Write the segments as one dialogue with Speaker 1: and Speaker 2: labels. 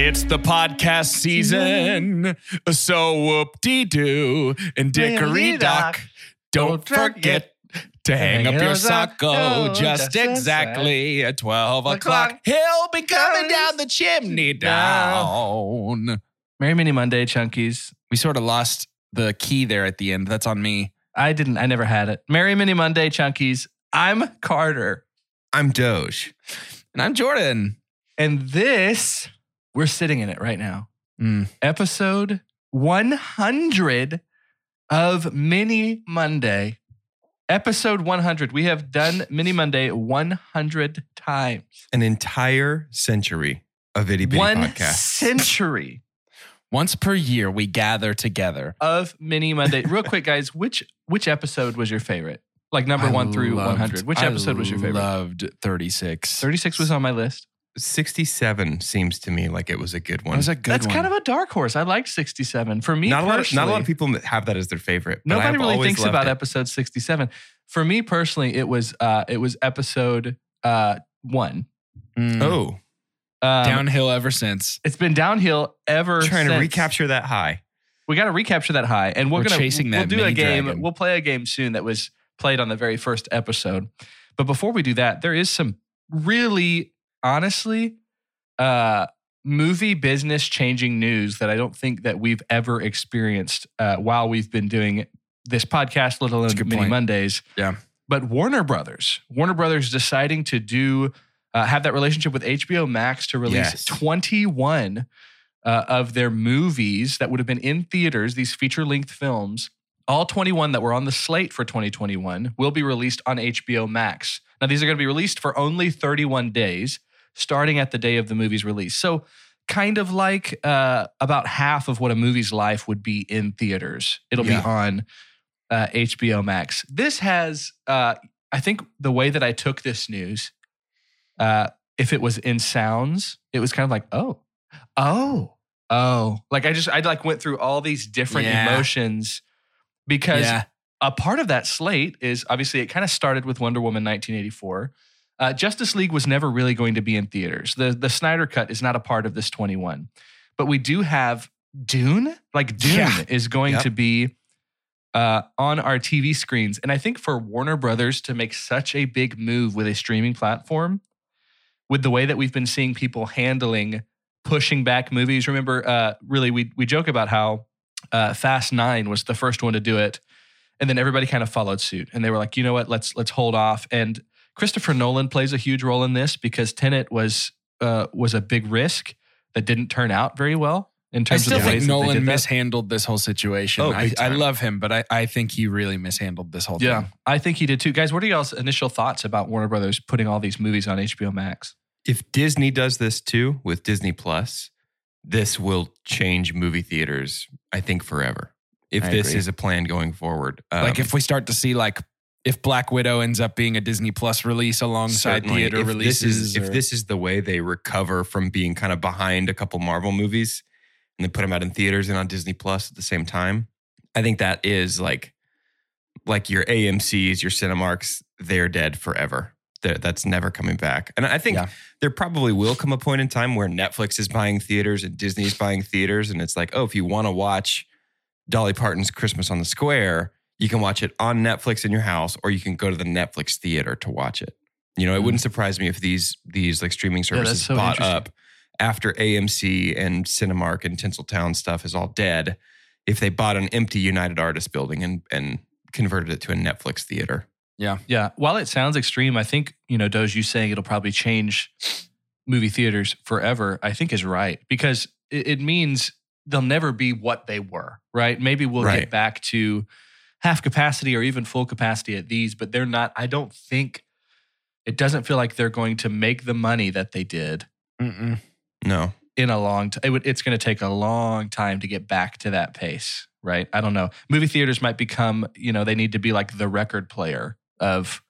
Speaker 1: It's the podcast season, so whoop de doo and dickory dock. Don't forget to hang up your socko just exactly at 12 o'clock. He'll be coming down the chimney down.
Speaker 2: Merry Mini Monday, Chunkies.
Speaker 1: We sort of lost the key there at the end. That's on me.
Speaker 2: I didn't, I never had it. Merry Mini Monday, Chunkies. I'm Carter.
Speaker 3: I'm Doge.
Speaker 1: And I'm Jordan.
Speaker 2: And this, we're sitting in it right now.
Speaker 1: Mm.
Speaker 2: Episode 100 of Mini Monday. Episode 100. We have done Mini Monday 100 times.
Speaker 3: An entire century of itty bitty
Speaker 2: One
Speaker 3: podcasts.
Speaker 2: century
Speaker 1: Once per year, we gather together.
Speaker 2: of Mini Monday. Real quick, guys, which which episode was your favorite? Like number
Speaker 1: I
Speaker 2: one through
Speaker 1: loved-
Speaker 2: 100. Which
Speaker 1: I
Speaker 2: episode was your favorite?
Speaker 1: Loved 36.
Speaker 2: 36 was on my list.
Speaker 3: 67 seems to me like it was a good
Speaker 1: That
Speaker 3: one.
Speaker 1: was a good
Speaker 2: That's
Speaker 1: one.
Speaker 2: kind of a dark horse. I liked 67. For me,
Speaker 3: not a lot. Of,
Speaker 2: personally,
Speaker 3: not a lot of people have that as their favorite. but
Speaker 2: Nobody
Speaker 3: I've
Speaker 2: really
Speaker 3: always
Speaker 2: thinks
Speaker 3: loved
Speaker 2: about
Speaker 3: it.
Speaker 2: episode 67. For me personally, it was uh, it was episode uh, one.
Speaker 1: Mm.
Speaker 3: Oh,
Speaker 2: Um,
Speaker 1: downhill ever since.
Speaker 2: It's been downhill ever.
Speaker 3: trying
Speaker 2: since.
Speaker 3: to recapture that high.
Speaker 2: We got to recapture that high, and we're,
Speaker 1: We're
Speaker 2: gonna
Speaker 1: chasing
Speaker 2: we'll
Speaker 1: that
Speaker 2: do a
Speaker 1: mini
Speaker 2: game.
Speaker 1: dragon.
Speaker 2: We'll play a game soon that was played on the very first episode. But before we do that, there is some really honestly uh, movie business changing news that I don't think that we've ever experienced uh, while we've been doing this podcast, let alone
Speaker 1: That's a good
Speaker 2: Mini
Speaker 1: point.
Speaker 2: Mondays.
Speaker 1: Yeah.
Speaker 2: But Warner Brothers, Warner Brothers deciding to do uh, have that relationship with HBO Max to release
Speaker 3: Yes.
Speaker 2: 21 uh, of their movies that would have been in theaters, these feature length films. All 21 that were on the slate for 2021 will be released on HBO Max. Now, these are going to be released for only 31 days, starting at the day of the movie's release. So, kind of like uh, about half of what a movie's life would be in theaters. It'll
Speaker 1: Yeah.
Speaker 2: be on uh, HBO Max. This has, uh, I think, the way that I took this news, uh, if it was in sounds, it was kind of like, oh, oh, oh. Like I just, I like went through all these different
Speaker 1: Yeah.
Speaker 2: emotions because a part of that slate is obviously it kind of started with Wonder Woman 1984. Uh, Justice League was never really going to be in theaters. The the Snyder cut is not a part of this 21, but we do have Dune. Like Dune
Speaker 1: Yeah.
Speaker 2: is going
Speaker 3: Yep.
Speaker 2: to be uh, on our TV screens, and I think for Warner Brothers to make such a big move with a streaming platform, with the way that we've been seeing people handling pushing back movies. Remember, uh, really, we we joke about how uh, Fast Nine was the first one to do it, and then everybody kind of followed suit, and they were like, you know what, let's let's hold off. And Christopher Nolan plays a huge role in this because Tenet was uh, was a big risk that didn't turn out very well in
Speaker 1: I
Speaker 2: terms
Speaker 1: still
Speaker 2: of the ways
Speaker 1: think
Speaker 2: that they did
Speaker 1: Nolan
Speaker 2: that.
Speaker 1: mishandled this whole situation.
Speaker 3: Oh,
Speaker 1: I,
Speaker 3: big
Speaker 1: I
Speaker 3: time.
Speaker 1: love him, but I, I think he really mishandled this whole
Speaker 2: Yeah,
Speaker 1: thing.
Speaker 2: I think he did too. Guys, what are y'all's initial thoughts about Warner Brothers putting all these movies on HBO Max?
Speaker 3: If Disney does this too with Disney Plus, this will change movie theaters. I think forever. If
Speaker 1: I
Speaker 3: this
Speaker 1: agree.
Speaker 3: is a plan going forward, um,
Speaker 1: like if we start to see like if Black Widow ends up being a Disney Plus release alongside
Speaker 3: Certainly.
Speaker 1: theater
Speaker 3: if
Speaker 1: releases,
Speaker 3: This is, if
Speaker 1: or-
Speaker 3: this is the way they recover from being kind of behind a couple Marvel movies and they put them out in theaters and on Disney Plus at the same time, I think that is like like your AMC's, your Cinemarks, they're dead forever. They're, that's never coming back. And I think
Speaker 1: Yeah.
Speaker 3: there probably will come a point in time where Netflix is buying theaters and Disney's buying theaters. And it's like, oh, if you want to watch Dolly Parton's Christmas on the Square, you can watch it on Netflix in your house, or you can go to the Netflix theater to watch it. You know, it wouldn't surprise me if these these like streaming
Speaker 2: Hmm. Yeah, that's
Speaker 3: services
Speaker 2: so
Speaker 3: bought
Speaker 2: interesting.
Speaker 3: up after AMC and Cinemark and Tinseltown stuff is all dead. If they bought an empty United Artists building and and converted it to a Netflix theater,
Speaker 2: Yeah. While it sounds extreme, I think, you know, Doge, you saying it'll probably change movie theaters forever, I think is right because it, it means they'll never be what they were, right? Maybe we'll
Speaker 3: Right.
Speaker 2: get back to half capacity or even full capacity at these, but they're not, I don't think, it doesn't feel like they're going to make the money that they did
Speaker 4: Mm-mm.
Speaker 3: No.
Speaker 2: in a long time. It would, it's going to take a long time to get back to that pace, right? I don't know. Movie theaters might become, you know, they need to be like the record player of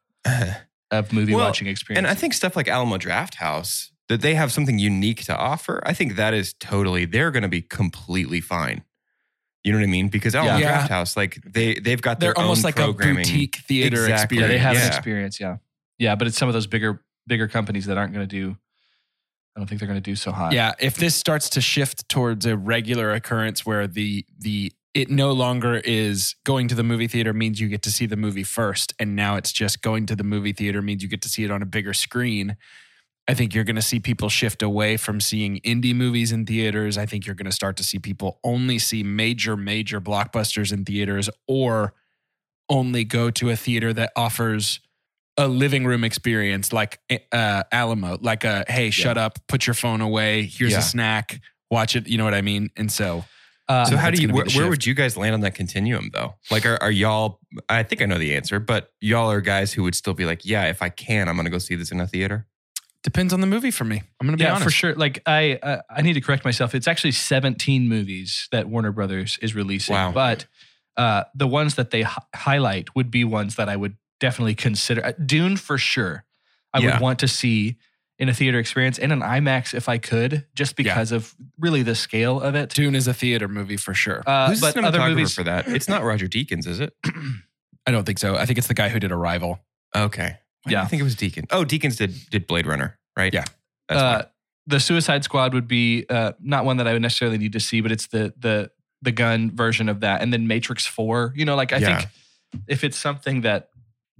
Speaker 2: of movie
Speaker 3: Well,
Speaker 2: watching experience.
Speaker 3: And I think stuff like Alamo Draft House, that they have something unique to offer. I think that is totally they're going to be completely fine. You know what I mean? Because Alamo
Speaker 4: Yeah.
Speaker 3: Draft House, like they they've got
Speaker 4: They're
Speaker 3: their
Speaker 4: almost
Speaker 3: own
Speaker 4: like a
Speaker 3: programming.
Speaker 4: boutique theater
Speaker 3: Exactly.
Speaker 2: yeah,
Speaker 4: experience.
Speaker 2: they have
Speaker 3: yeah.
Speaker 2: an experience, yeah, yeah. But it's some of those bigger bigger companies that aren't going to do. I don't think they're going to do so hot.
Speaker 4: Yeah, if this starts to shift towards a regular occurrence where the the it no longer is going to the movie theater means you get to see the movie first and now it's just going to the movie theater means you get to see it on a bigger screen. I think you're going to see people shift away from seeing indie movies in theaters. I think you're going to start to see people only see major major blockbusters in theaters or only go to a theater that offers a living room experience like uh, Alamo, like a hey, shut up, put your phone away, here's
Speaker 3: Yeah.
Speaker 4: a snack, watch it. You know what I mean? And so,
Speaker 2: Uh,
Speaker 3: So how
Speaker 4: that's
Speaker 3: do you
Speaker 4: gonna be
Speaker 3: where,
Speaker 4: the
Speaker 3: where
Speaker 4: shift.
Speaker 3: would you guys land on that continuum though? Like are, are y'all I think I know the answer, but y'all are guys who would still be like, yeah, if I can, I'm going to go see this in a theater.
Speaker 4: depends on the movie for me. I'm gonna be
Speaker 2: yeah,
Speaker 4: honest.
Speaker 2: for sure. Like I, uh, I need to correct myself. It's actually 17 movies that Warner Brothers is releasing.
Speaker 3: Wow.
Speaker 2: But uh, the ones that they hi- highlight would be ones that I would definitely consider. Uh, Dune for sure. I
Speaker 3: Yeah.
Speaker 2: would want to see in a theater experience in an IMAX if I could, just because of really the scale of it.
Speaker 4: Dune is a theater movie for sure.
Speaker 2: Uh,
Speaker 3: Who's the
Speaker 2: but other
Speaker 3: cinematographer
Speaker 2: movies,
Speaker 3: for that? It's not Roger Deakins, is it?
Speaker 4: I don't think so. I think it's the guy who did Arrival.
Speaker 3: Okay. Why did
Speaker 2: Yeah.
Speaker 3: I think it was Deakins. Oh, Deakins did did Blade Runner, right?
Speaker 4: Yeah.
Speaker 3: That's
Speaker 2: uh, the Suicide Squad would be uh, not one that I would necessarily need to see, but it's the the the gun version of that, and then Matrix Four. You know, like I
Speaker 3: Yeah.
Speaker 2: think if it's something that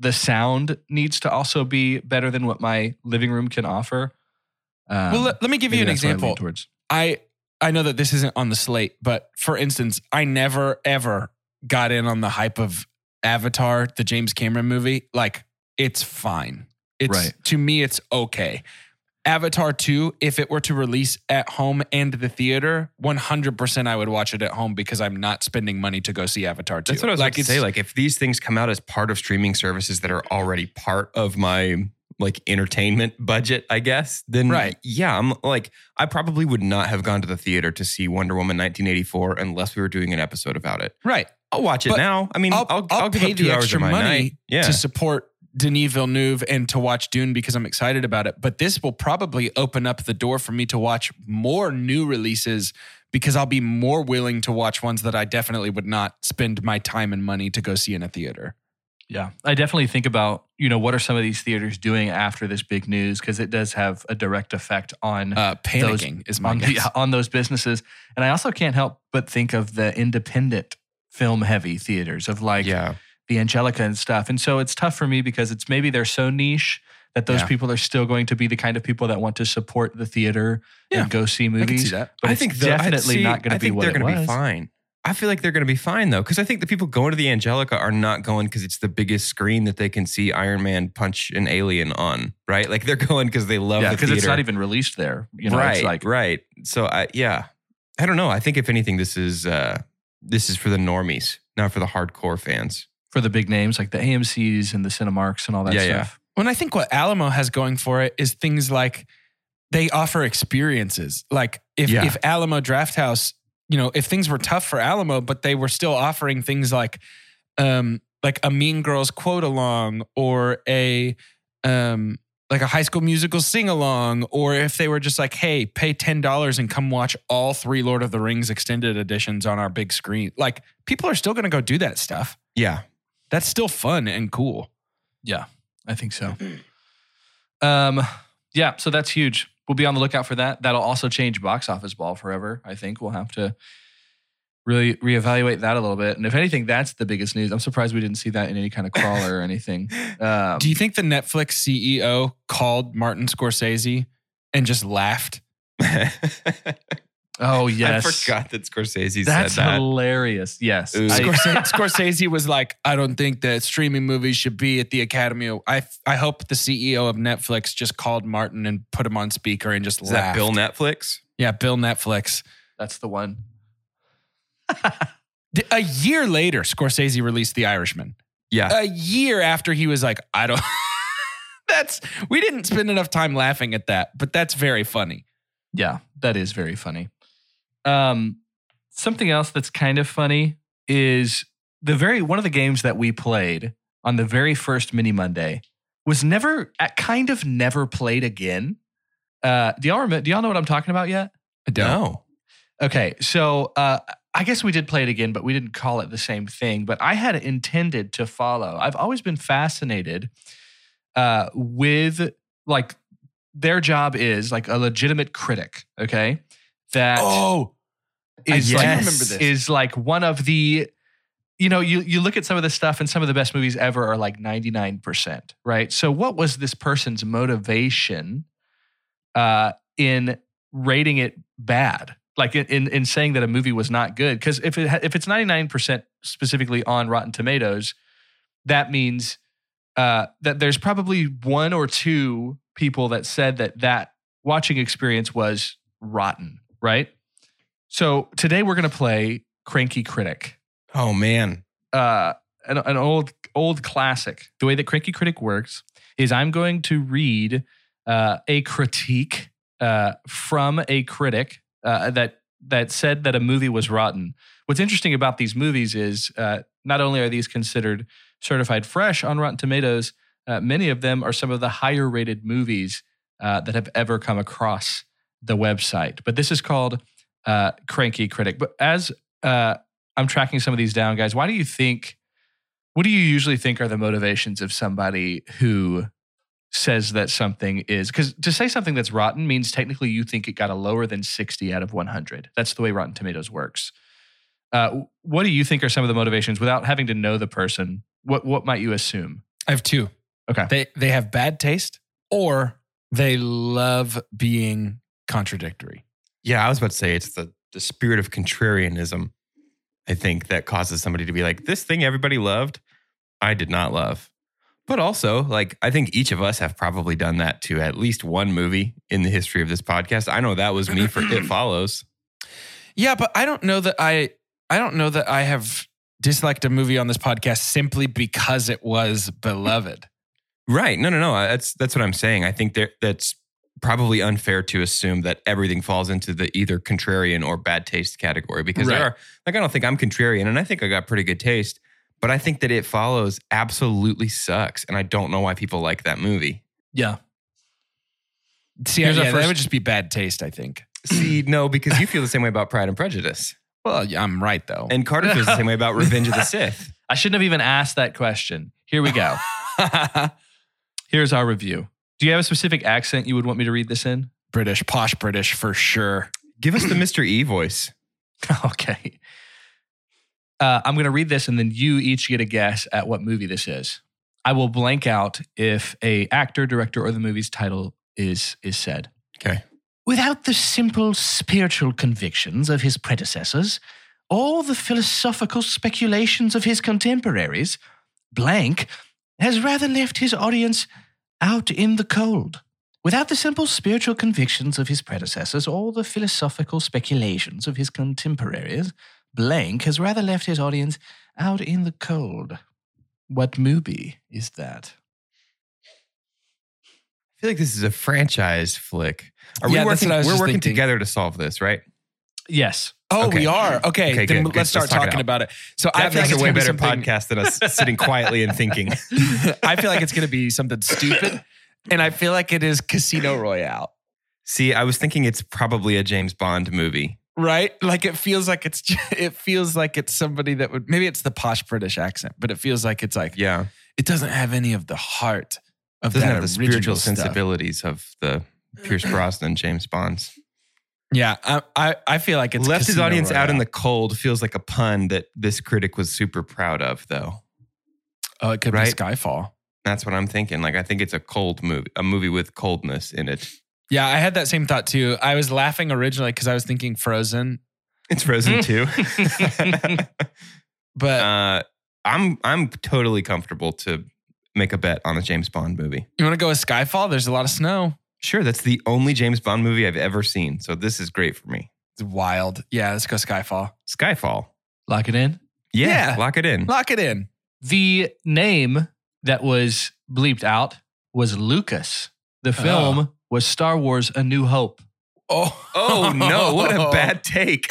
Speaker 2: the sound needs to also be better than what my living room can offer. Um,
Speaker 4: well, let, let me give you
Speaker 2: maybe
Speaker 4: an
Speaker 2: that's what I lean
Speaker 4: example.
Speaker 2: towards.
Speaker 4: I I know that this isn't on the slate, but for instance, I never ever got in on the hype of Avatar, the James Cameron movie. Like it's fine. It's
Speaker 2: Right.
Speaker 4: to me it's okay. Avatar 2, if it were to release at home and the theater, 100% I would watch it at home because I'm not spending money to go see Avatar 2.
Speaker 3: That's what I was like.
Speaker 4: like
Speaker 3: To say like if these things come out as part of streaming services that are already part of my like entertainment budget, I guess, then
Speaker 4: Right.
Speaker 3: yeah, I'm like I probably would not have gone to the theater to see Wonder Woman 1984 unless we were doing an episode about it.
Speaker 4: right.
Speaker 3: I'll watch it
Speaker 4: But
Speaker 3: now. I mean, I'll
Speaker 4: I'll-
Speaker 3: I'll,
Speaker 4: I'll
Speaker 3: give
Speaker 4: pay
Speaker 3: up two
Speaker 4: the
Speaker 3: hours
Speaker 4: extra
Speaker 3: of my
Speaker 4: money
Speaker 3: night. Yeah,
Speaker 4: to support Denis Villeneuve and to watch Dune because I'm excited about it. But this will probably open up the door for me to watch more new releases because I'll be more willing to watch ones that I definitely would not spend my time and money to go see in a theater.
Speaker 2: Yeah, I definitely think about you know what are some of these theaters doing after this big news because it does have a direct effect on
Speaker 4: Uh, panicking is my
Speaker 2: on,
Speaker 4: guess.
Speaker 2: the, on those businesses. And I also can't help but think of the independent film heavy theaters of like
Speaker 3: yeah.
Speaker 2: the Angelica and stuff. And so it's tough for me because it's maybe they're so niche that those
Speaker 4: Yeah.
Speaker 2: people are still going to be the kind of people that want to support the theater
Speaker 4: Yeah.
Speaker 2: and go see
Speaker 4: I can see
Speaker 2: movies.
Speaker 4: that.
Speaker 2: But
Speaker 3: I
Speaker 2: it's
Speaker 3: think the- I-
Speaker 2: definitely
Speaker 3: see,
Speaker 2: not going
Speaker 3: I
Speaker 2: to be
Speaker 3: think
Speaker 2: what
Speaker 3: they're
Speaker 2: it
Speaker 3: gonna
Speaker 2: was.
Speaker 3: be fine. I feel like they're going to be fine though, because I think the people going to the Angelica are not going because it's the biggest screen that they can see Iron Man punch an alien on, right? Like they're going because they love
Speaker 2: Yeah,
Speaker 3: the
Speaker 2: because it's
Speaker 3: theater.
Speaker 2: not even released there. You know,
Speaker 3: right,
Speaker 2: it's like
Speaker 3: right. So I yeah, I don't know. I think if anything, this is uh this is for the normies, not for the hardcore fans.
Speaker 2: for the big names like the AMC's and the Cinemarks and all that
Speaker 3: Yeah, yeah.
Speaker 2: stuff.
Speaker 4: When I think what Alamo has going for it is things like they offer experiences. Like if
Speaker 3: Yeah.
Speaker 4: if Alamo Draft House, you know, if things were tough for Alamo, but they were still offering things like um like a Mean Girls quote along or a um like a high school musical sing along, or if they were just like, hey, pay $10 and come watch all three Lord of the Rings extended editions on our big screen. Like, people are still gonna go do that stuff.
Speaker 3: Yeah,
Speaker 4: That's still fun and cool.
Speaker 2: Yeah, I think so.
Speaker 3: Mm-hmm.
Speaker 2: um, yeah, so that's huge. We'll be on the lookout for that. That'll also change box office ball forever. I think we'll have to really reevaluate that a little bit. And if anything, that's the biggest news. I'm surprised we didn't see that in any kind of crawler or anything. Um,
Speaker 4: Do you think the Netflix E CEO called Martin Scorsese and just laughed?
Speaker 2: Oh yes,
Speaker 3: I forgot that Scorsese
Speaker 2: That's
Speaker 3: said that.
Speaker 2: hilarious. Yes,
Speaker 3: Ooh.
Speaker 2: I-
Speaker 4: Scorsese, Scorsese was like, I don't think that streaming movies should be at the Academy. Aw- I I hope the CEO of Netflix just called Martin and put him on speaker and just
Speaker 3: Is that
Speaker 4: laughed.
Speaker 3: Bill Netflix?
Speaker 4: Yeah, Bill Netflix.
Speaker 2: that's the one.
Speaker 4: D- A year later, Scorsese released The Irishman.
Speaker 3: Yeah.
Speaker 4: A year after he was like, I don't. that's we didn't spend enough time laughing at that, but that's very funny.
Speaker 2: Yeah, that is very funny. Um, something else that's kind of funny is the very one of the games that we played on the very first Mini Monday was never at kind of never played again. Uh, do y'all remember, do y'all know what I'm talking about yet?
Speaker 4: I don't.
Speaker 3: No.
Speaker 2: Okay, so uh, I guess we did play it again, but we didn't call it the same thing. But I had intended to follow. I've always been fascinated uh, with like their job is like a legitimate critic. Okay, that
Speaker 4: Oh, I
Speaker 2: is
Speaker 4: do
Speaker 2: like,
Speaker 4: remember this.
Speaker 2: is like one of the you know you you look at some of the stuff and some of the best movies ever are like 99% right so what was this person's motivation uh in rating it bad like in in, in saying that a movie was not good cuz if it ha- if it's 99% specifically on rotten tomatoes that means uh that there's probably one or two people that said that that watching experience was rotten right so today we're going to play Cranky Critic,
Speaker 3: Oh man.
Speaker 2: uh, an, an old old classic. The way that Cranky Critic works is I'm going to read uh, a critique uh, from a critic uh, that that said that a movie was rotten. What's interesting about these movies is uh, not only are these considered certified fresh on Rotten Tomatoes, uh, many of them are some of the higher rated movies uh, that have ever come across the website. But this is called uh, Cranky Critic. But as uh, I'm tracking some of these down, guys, why do you think? What do you usually think are the motivations of somebody who says that something is? Because to say something that's rotten means technically you think it got a lower than 60 out of 100. That's the way Rotten Tomatoes works. Uh, what do you think are some of the motivations without having to know the person? What what might you assume?
Speaker 4: I have two.
Speaker 2: Okay.
Speaker 4: They they have bad taste or they love being contradictory.
Speaker 3: Yeah, I was about to say it's the the spirit of contrarianism. I think that causes somebody to be like, this thing everybody loved, I did not love. But also, like, I think each of us have probably done that to at least one movie in the history of this podcast. I know that was me for It Follows.
Speaker 4: Yeah, but I don't know that I I don't know that I have disliked a movie on this podcast simply because it was beloved.
Speaker 3: Right. No, no, no. That's that's what I'm saying. I think there that's probably unfair to assume that everything falls into the either contrarian or bad taste category because there
Speaker 4: Right.
Speaker 3: are like I don't think I'm contrarian and I think I got pretty good taste, but I think that it follows absolutely sucks and I don't know why people like that movie.
Speaker 2: Yeah,
Speaker 4: See,
Speaker 2: Here's our
Speaker 4: yeah, that
Speaker 2: first-
Speaker 4: would just be bad taste, I think.
Speaker 3: See, no, because you feel the same way about Pride and Prejudice.
Speaker 4: Well, yeah, I'm right though.
Speaker 3: And Carter feels the same way about Revenge of the Sith.
Speaker 2: I shouldn't have even asked that question. Here we go. Here's our review. Do you have a specific accent you would want me to read this in?
Speaker 4: British, posh British for sure.
Speaker 3: Give us the Mr. E voice.
Speaker 2: Okay. Uh, I'm going to read this, and then you each get a guess at what movie this is. I will blank out if a actor, director, or the movie's title is is said.
Speaker 3: Okay.
Speaker 2: Without the simple spiritual convictions of his predecessors, or the philosophical speculations of his contemporaries, Blank has rather left his audience out in the cold. Without the simple spiritual convictions of his predecessors or the philosophical speculations of his contemporaries, Blank has rather left his audience out in the cold. What movie is that?
Speaker 3: I feel like this is a franchise flick. Are
Speaker 4: Yeah,
Speaker 3: we
Speaker 4: that's
Speaker 3: working,
Speaker 4: what I was
Speaker 3: we're
Speaker 4: just
Speaker 3: working
Speaker 4: thinking.
Speaker 3: together to solve this, right?
Speaker 2: Yes.
Speaker 4: Oh,
Speaker 3: Okay.
Speaker 4: we are. Okay,
Speaker 3: Okay,
Speaker 4: then
Speaker 3: good, good.
Speaker 4: let's start
Speaker 3: Let's talk it
Speaker 4: talking
Speaker 3: out.
Speaker 4: about it. So I
Speaker 3: That
Speaker 4: feel like
Speaker 3: makes
Speaker 4: it's
Speaker 3: a way
Speaker 4: gonna be
Speaker 3: better
Speaker 4: something-
Speaker 3: podcast than us sitting quietly and thinking.
Speaker 4: I feel like it's going to be something stupid. And I feel like it is Casino Royale,
Speaker 3: See, I was thinking it's probably a James Bond movie.
Speaker 4: right? Like it feels like it's it feels like it's somebody that would maybe it's the posh British accent, but it feels like it's like
Speaker 3: Yeah.
Speaker 4: it doesn't have any of the heart of
Speaker 3: Doesn't
Speaker 4: that
Speaker 3: have the
Speaker 4: original
Speaker 3: spiritual
Speaker 4: stuff. Mm.
Speaker 3: sensibilities of the Pierce Brosnan James Bonds.
Speaker 4: Yeah, I, I I feel like it's
Speaker 3: Left his
Speaker 4: Casino
Speaker 3: audience out in
Speaker 4: Royale.
Speaker 3: the cold feels like a pun that this critic was super proud of, though.
Speaker 4: oh, it could
Speaker 3: right?
Speaker 4: be Skyfall.
Speaker 3: That's what I'm thinking. Like I think it's a cold movie, a movie with coldness in it.
Speaker 4: Yeah, I had that same thought too. I was laughing originally because I was thinking Frozen,
Speaker 3: It's Frozen too.
Speaker 4: but
Speaker 3: Mm. uh, I'm I'm totally comfortable to make a bet on a James Bond movie.
Speaker 4: you want to go with Skyfall? There's a lot of snow.
Speaker 3: Sure, that's the only James Bond movie I've ever seen, so this is great for me.
Speaker 4: It's wild. Yeah, let's go Skyfall.
Speaker 3: Skyfall.
Speaker 2: Lock it in.
Speaker 3: Yeah,
Speaker 4: Yeah.
Speaker 3: lock it in.
Speaker 4: Lock it in.
Speaker 2: The name that was bleeped out was Lucas. The film was Star Wars A New Hope.
Speaker 4: Oh,
Speaker 3: Oh no, what a bad take.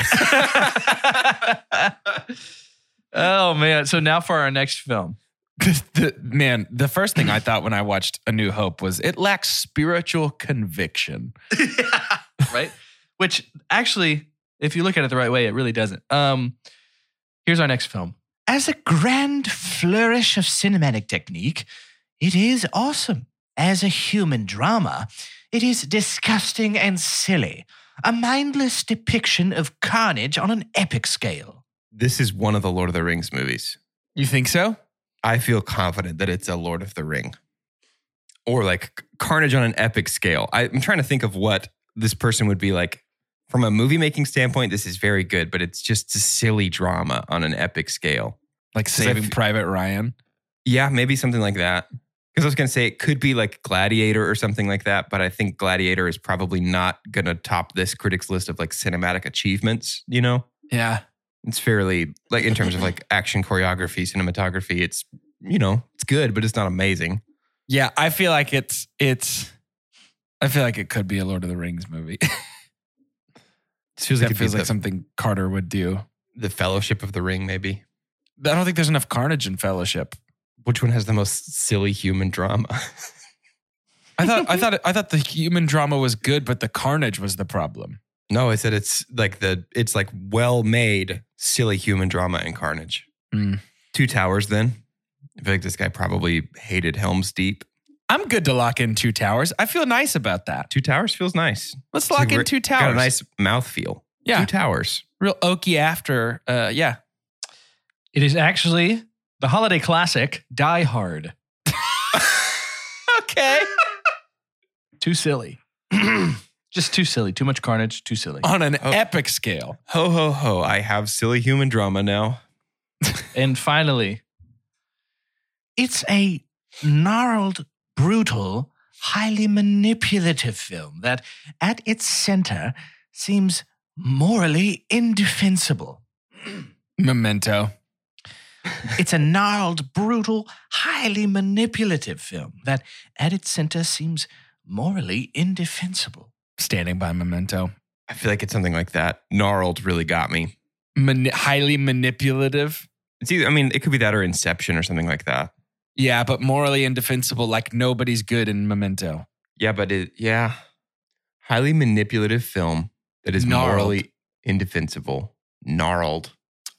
Speaker 2: oh, man. So now for our next film.
Speaker 4: The- the- man, the first thing I thought when I watched A New Hope was it lacks spiritual conviction.
Speaker 2: right? Which actually, if you look at it the right way, it really doesn't. Um, here's our next film. As a grand flourish of cinematic technique, it is awesome. As a human drama, it is disgusting and silly. A mindless depiction of carnage on an epic scale.
Speaker 3: this is one of the Lord of the Rings movies.
Speaker 4: You think so?
Speaker 3: I feel confident that it's a Lord of the Ring. Or like Carnage on an epic scale. I, I'm trying to think of what this person would be like from a movie making standpoint. This is very good, but it's just a silly drama on an epic scale.
Speaker 4: Like
Speaker 3: 'Cause I
Speaker 4: Saving
Speaker 3: f-
Speaker 4: Private Ryan.
Speaker 3: Yeah, maybe something like that. Because I was going to say it could be like Gladiator or something like that, but I think Gladiator is probably not going to top this critics list of like cinematic achievements, you know?
Speaker 4: Yeah.
Speaker 3: it's fairly like in terms of like action choreography, cinematography. It's you know it's good, but it's not amazing.
Speaker 4: Yeah, I feel like it's it's I feel like it could be a Lord of the Rings movie.
Speaker 3: It feels
Speaker 4: that
Speaker 3: it'd be
Speaker 4: feels like
Speaker 3: the,
Speaker 4: something Carter would do.
Speaker 3: the Fellowship of the Ring, maybe.
Speaker 4: I don't think there's enough carnage in Fellowship.
Speaker 3: Which one has the most silly human drama?
Speaker 4: I thought I thought I thought the human drama was good, but the carnage was the problem.
Speaker 3: no, I said it's like the it's like well made silly human drama and carnage.
Speaker 4: Mm.
Speaker 3: Two towers. Then I feel like this guy probably hated Helm's Deep.
Speaker 4: I'm good to lock in two towers. I feel nice about that.
Speaker 3: Two towers feels nice.
Speaker 4: Let's lock in
Speaker 3: We're-
Speaker 4: two
Speaker 3: Got
Speaker 4: towers.
Speaker 3: a nice mouth feel.
Speaker 4: Yeah.
Speaker 3: Two towers.
Speaker 4: real oaky after. Uh, yeah,
Speaker 2: It is actually the holiday classic Die Hard. okay. too silly. Just too silly. Too much carnage. Too silly.
Speaker 4: on an
Speaker 3: Oh.
Speaker 4: epic scale.
Speaker 3: Ho ho ho! I have silly human drama now.
Speaker 2: And finally, it's a gnarled, brutal, highly manipulative film that at its center seems morally indefensible.
Speaker 4: Memento.
Speaker 2: It's a gnarled, brutal, highly manipulative film that at its center seems morally indefensible.
Speaker 4: Standing by Memento.
Speaker 3: I feel like it's something like that. Gnarled really got me.
Speaker 4: Mani- highly manipulative.
Speaker 3: It's either, I mean, it could be that or Inception or something like that.
Speaker 4: Yeah, but morally indefensible. Like nobody's good in Memento.
Speaker 3: Yeah, but it, yeah. Highly manipulative film that is
Speaker 4: Gnarled.
Speaker 3: morally indefensible, gnarled.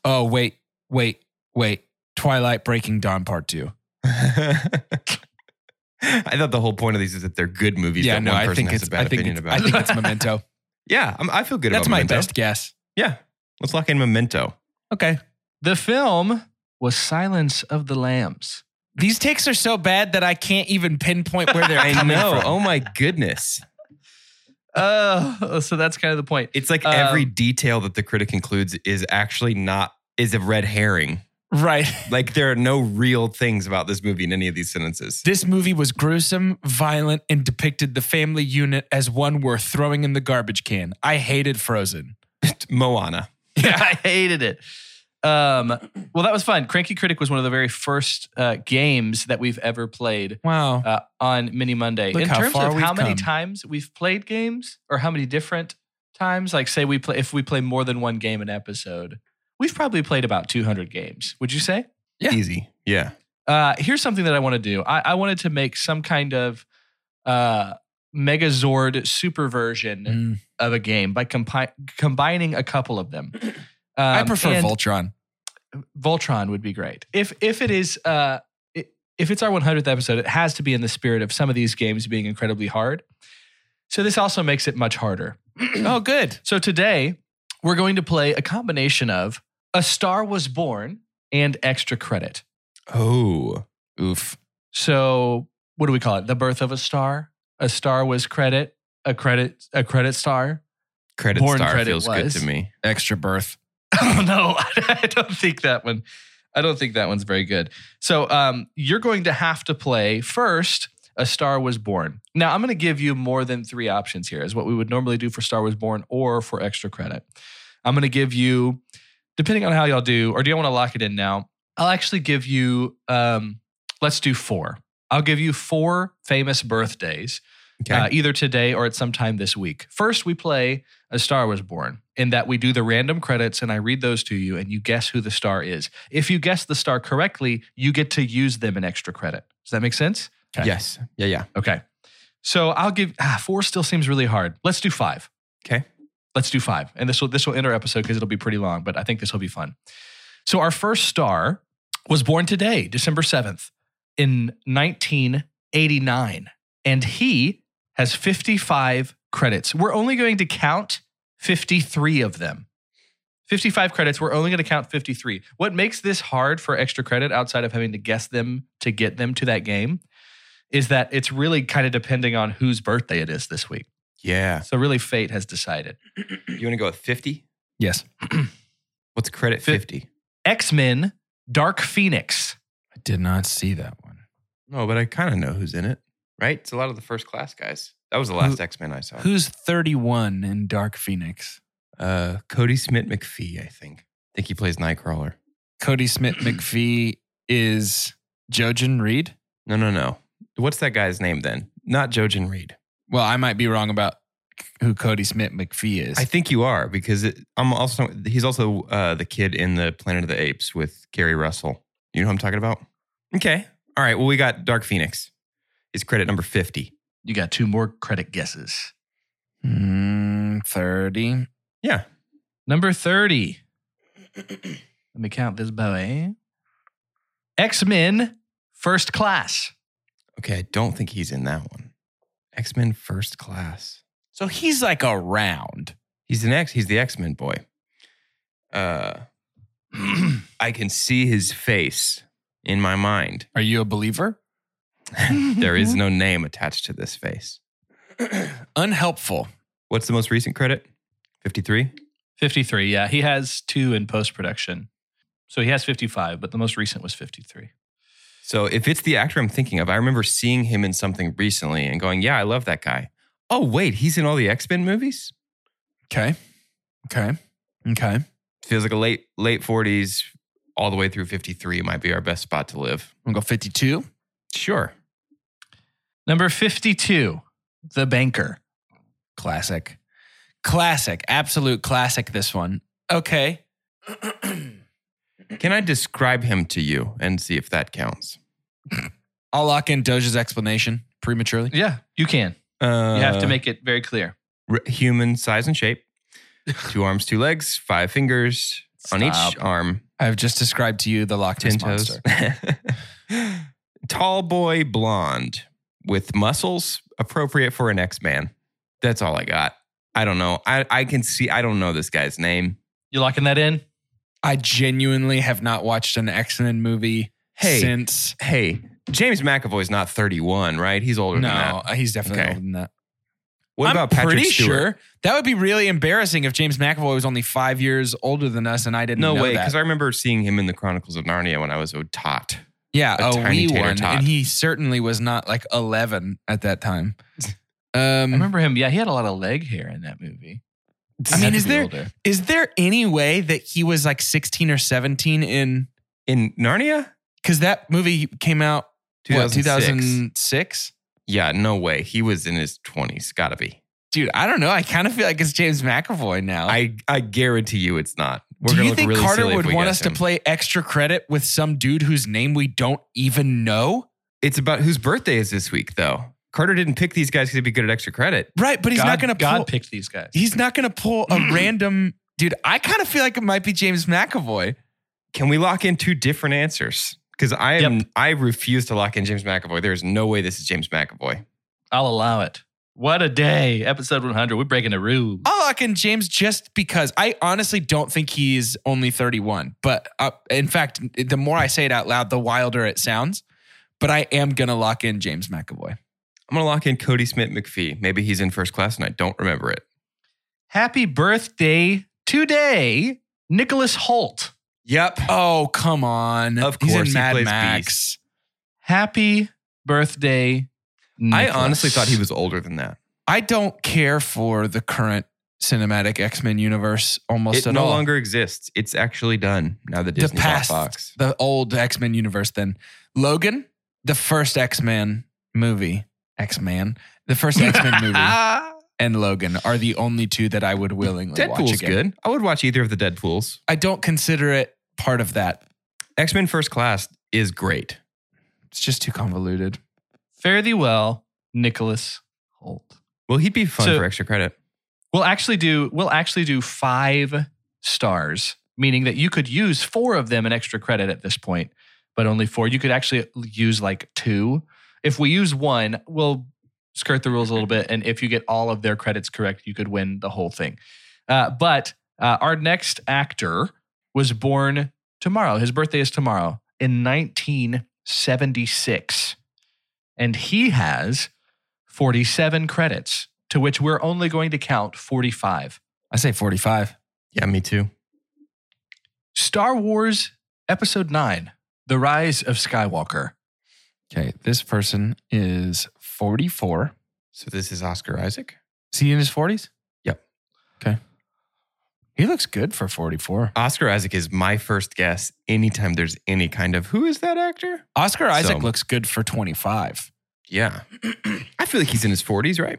Speaker 4: Oh wait, wait, wait. Twilight Breaking Dawn Part Two.
Speaker 3: I thought the whole point of these is that they're good movies.
Speaker 4: yeah,
Speaker 3: that
Speaker 4: no,
Speaker 3: one
Speaker 4: I
Speaker 3: person
Speaker 4: think
Speaker 3: has
Speaker 4: it's.
Speaker 3: a bad
Speaker 4: I think
Speaker 3: opinion
Speaker 4: it's,
Speaker 3: about.
Speaker 4: I
Speaker 3: it.
Speaker 4: think it's Memento.
Speaker 3: yeah, I'm, I feel good
Speaker 4: That's
Speaker 3: about
Speaker 4: my
Speaker 3: Memento.
Speaker 4: best guess.
Speaker 3: Yeah, let's lock in Memento.
Speaker 4: Okay.
Speaker 2: The film was Silence of the Lambs.
Speaker 4: These takes are so bad that I can't even pinpoint where they're
Speaker 3: I
Speaker 4: coming
Speaker 3: know.
Speaker 4: from.
Speaker 3: Oh my goodness!
Speaker 2: Oh, so that's kind of the point.
Speaker 3: It's like
Speaker 2: Um,
Speaker 3: every detail that the critic includes is actually not is a red herring.
Speaker 4: Right.
Speaker 3: Like there are no real things about this movie in any of these sentences.
Speaker 4: This movie was gruesome, violent, and depicted the family unit as one worth throwing in the garbage can. I hated Frozen.
Speaker 3: Moana.
Speaker 2: I hated it. Um, well, that was fun. Cranky Critic was one of the very first uh, games that we've ever played
Speaker 4: Wow.
Speaker 2: uh, on Mini Monday.
Speaker 4: Look
Speaker 2: In
Speaker 4: how
Speaker 2: terms
Speaker 4: far
Speaker 2: of
Speaker 4: we've
Speaker 2: how many
Speaker 4: come.
Speaker 2: times we've played games, or how many different times, like say we play if we play more than one game an episode, we've probably played about 200 games. Would you say?
Speaker 4: Yeah.
Speaker 3: Easy. Yeah.
Speaker 2: Uh, here's something that I want to do. I, I wanted to make some kind of uh, Megazord super version
Speaker 4: Mm.
Speaker 2: of a game by compi- combining a couple of them. Um,
Speaker 4: I prefer
Speaker 2: and-
Speaker 4: Voltron.
Speaker 2: Voltron would be great. If if it is uh i- if it's our 100th episode, it has to be in the spirit of some of these games being incredibly hard. So this also makes it much harder.
Speaker 4: Oh, good.
Speaker 2: So today we're going to play a combination of A Star Was Born and Extra Credit.
Speaker 3: Oh.
Speaker 4: Oof.
Speaker 2: So what do we call it? The Birth of a Star, A Star Was Credit, a credit a credit star.
Speaker 3: Credit
Speaker 2: Born
Speaker 3: star
Speaker 2: credit
Speaker 3: feels
Speaker 2: was.
Speaker 3: good to me.
Speaker 4: Extra birth.
Speaker 2: Oh no, I don't think that one. I don't think that one's very good. So um, you're going to have to play first. A Star Was Born. Now I'm going to give you more than three options here, is what we would normally do for Star Was Born or for extra credit. I'm going to give you, depending on how y'all do, or do you want to lock it in now? I'll actually give you. Um, let's do four. I'll give you four famous birthdays
Speaker 3: Okay.
Speaker 2: uh, either today or at some time this week. First, we play A Star Was Born, in that we do the random credits and I read those to you and you guess who the star is. If you guess the star correctly, you get to use them in extra credit. Does that make sense?
Speaker 3: Yes. Yeah. Yeah.
Speaker 2: Okay. So I'll give ah, four still seems really hard. Let's do five.
Speaker 3: Okay.
Speaker 2: Let's do five. And this will this will end our episode because it'll be pretty long, but I think this will be fun. So our first star was born today, December 7th, in 1989. And he has 55 credits. We're only going to count 53 of them. 55 credits. We're only going to count 53. What makes this hard for extra credit outside of having to guess them to get them to that game is that it's really kind of depending on whose birthday it is this week.
Speaker 3: Yeah.
Speaker 2: So really fate has decided.
Speaker 3: You want to go with 50?
Speaker 4: Yes.
Speaker 3: What's credit
Speaker 2: Fif-
Speaker 3: 50?
Speaker 2: X-Men Dark Phoenix.
Speaker 4: I did not see that one.
Speaker 3: No, Oh, but I kind of know who's in it, right? It's a lot of the first class guys. That was the last X Men I saw.
Speaker 4: Who's 31 in Dark Phoenix?
Speaker 3: Uh, Cody Smith McPhee, I think. I think he plays Nightcrawler.
Speaker 4: Cody Smith McPhee is Jojen Reed.
Speaker 3: No, no, no. What's that guy's name then? Not Jojen Reed.
Speaker 4: Well, I might be wrong about who Cody Smith McPhee is.
Speaker 3: I think you are because it, I'm also he's also uh, the kid in the Planet of the Apes with Gary Russell. You know who I'm talking about? Okay. All right. Well, we got Dark Phoenix. Is credit number fifty?
Speaker 2: You got two more credit guesses.
Speaker 4: Mm, 30.
Speaker 3: Yeah.
Speaker 2: Number 30. Let me count this boy. X-Men First Class.
Speaker 3: Okay. I don't think he's in that one. X Men First Class.
Speaker 4: So he's like around.
Speaker 3: He's an X. He's the X Men boy. Uh, I can see his face in my mind.
Speaker 4: Are you a believer?
Speaker 3: there is no name attached to this face.
Speaker 4: Unhelpful.
Speaker 3: What's the most recent credit? Fifty three.
Speaker 2: 53. Yeah, he has two in post-production. So he has 55, but the most recent was 53.
Speaker 3: So if it's the actor I'm thinking of, I remember seeing him in something recently and going, "Yeah, I love that guy." Oh wait, he's in all the X Men movies.
Speaker 4: Okay. Okay. Okay.
Speaker 3: Feels like a late late forties, all the way through fifty three might be our best spot to live.
Speaker 4: I'm going to go 52.
Speaker 3: Sure.
Speaker 2: Number 52, The Banker.
Speaker 4: Classic. Classic. Absolute classic, this one. Okay.
Speaker 3: Can I describe him to you and see if that counts?
Speaker 4: I'll lock in Doja's explanation prematurely.
Speaker 2: Yeah, you can.
Speaker 3: Uh,
Speaker 2: You have to make it very clear.
Speaker 3: r- human size and shape. two arms, two legs, five fingers on
Speaker 2: Stop.
Speaker 3: each arm,
Speaker 4: I've just described to you the Loch Ness
Speaker 3: ten toes.
Speaker 4: Monster.
Speaker 3: Tall boy, blonde, with muscles appropriate for an X man. That's all I got. I don't know. I, I can see. I don't know this guy's name.
Speaker 2: You locking that in?
Speaker 4: I genuinely have not watched an X Men movie
Speaker 3: Hey.
Speaker 4: since.
Speaker 3: Hey, James McAvoy's not 31, right? He's older than
Speaker 4: No, uh,
Speaker 3: that.
Speaker 4: he's definitely
Speaker 3: Okay.
Speaker 4: older than that.
Speaker 3: What
Speaker 4: I'm
Speaker 3: about Patrick
Speaker 4: pretty
Speaker 3: Stewart?
Speaker 4: sure that would be really embarrassing if James McAvoy was only five years older than us and I didn't
Speaker 3: No
Speaker 4: know
Speaker 3: way,
Speaker 4: that.
Speaker 3: because I remember seeing him in the Chronicles of Narnia when I was a tot.
Speaker 4: yeah,
Speaker 3: a
Speaker 4: a,
Speaker 3: tiny
Speaker 4: wee
Speaker 3: tater
Speaker 4: one,
Speaker 3: tot.
Speaker 4: and he certainly was not like eleven at that time.
Speaker 2: I
Speaker 4: Um,
Speaker 2: remember him. Yeah, he had a lot of leg hair in that movie.
Speaker 4: I mean,
Speaker 2: Had to
Speaker 4: is
Speaker 2: be
Speaker 4: there-
Speaker 2: older.
Speaker 4: is there any way that he was like sixteen or seventeen in?
Speaker 3: In Narnia?
Speaker 4: Because that movie came out what
Speaker 3: 2006.
Speaker 4: two thousand six.
Speaker 3: Yeah, no way. He was in his 20s. Gotta be.
Speaker 4: Dude, I don't know. I kind of feel like it's James McAvoy now.
Speaker 3: I, I guarantee you it's not. We're
Speaker 4: Do
Speaker 3: gonna
Speaker 4: you
Speaker 3: look
Speaker 4: think
Speaker 3: really
Speaker 4: Carter
Speaker 3: silly if
Speaker 4: would
Speaker 3: we
Speaker 4: want
Speaker 3: guess
Speaker 4: us to
Speaker 3: him.
Speaker 4: play extra credit with some dude whose name we don't even know?
Speaker 3: It's about whose birthday is this week, though. Carter didn't pick these guys because he'd be good at extra credit.
Speaker 4: Right, but he's not
Speaker 2: God-
Speaker 4: going to
Speaker 2: God
Speaker 4: pull.
Speaker 2: picked these guys.
Speaker 4: he's not going to pull a random dude. I kind of feel like it might be James McAvoy.
Speaker 3: Can we lock in two different answers? Because I am I refuse to lock in James McAvoy. There is no way this is James McAvoy.
Speaker 2: I'll allow it. What a day. Episode 100. We're breaking the rules.
Speaker 4: I'll lock in James just because I honestly don't think he's only 31. But uh, in fact, the more I say it out loud, the wilder it sounds. But I am going to lock in James McAvoy.
Speaker 3: I'm gonna lock in Cody Smith McPhee. Maybe he's in first class and I don't remember it.
Speaker 2: Happy birthday today, Nicholas Holt.
Speaker 3: Yep.
Speaker 4: Oh, come on.
Speaker 3: Of
Speaker 4: He's
Speaker 3: course,
Speaker 4: in
Speaker 3: he
Speaker 4: Mad
Speaker 3: plays
Speaker 4: Max.
Speaker 2: Happy birthday.
Speaker 3: I
Speaker 2: Nicholas.
Speaker 3: honestly thought he was older than that.
Speaker 4: I don't care for the current cinematic X Men universe almost
Speaker 3: it
Speaker 4: at
Speaker 3: no
Speaker 4: all.
Speaker 3: longer exists. It's actually done now that
Speaker 4: the
Speaker 3: Disney's on
Speaker 4: past,
Speaker 3: Fox.
Speaker 4: the old X Men universe. Then Logan, the first X Men movie, X Men, the first X Men movie, and Logan are the only two that I would willingly watch
Speaker 3: Deadpool's
Speaker 4: again.
Speaker 3: good. I would watch either of the Deadpools.
Speaker 4: I don't consider it part of that.
Speaker 3: X Men First Class is great.
Speaker 4: It's just too convoluted.
Speaker 2: Fare thee well, Nicholas Holt.
Speaker 3: Well, he'd be fun
Speaker 2: So-
Speaker 3: for extra credit.
Speaker 2: We'll actually do we'll actually do five stars, meaning that you could use four of them in extra credit at this point, but only four. You could actually use like two. If we use one, we'll skirt the rules a little bit, and if you get all of their credits correct, you could win the whole thing. Uh, but uh, our next actor was born tomorrow. His birthday is tomorrow in 1976, and he has 47 credits, to which we're only going to count 45.
Speaker 4: I say forty-five.
Speaker 3: Yeah, me too.
Speaker 2: Star Wars Episode 9 The Rise of Skywalker.
Speaker 4: Okay, this person is forty-four.
Speaker 3: So this is Oscar Isaac.
Speaker 4: Is he in his forties?
Speaker 3: Yep.
Speaker 4: Okay. He looks good for forty-four.
Speaker 3: Oscar Isaac is my first guess anytime there's any kind of who is that actor?
Speaker 4: Oscar Isaac
Speaker 3: So-
Speaker 4: looks good for twenty-five.
Speaker 3: Yeah. I feel like he's in his 40s, right?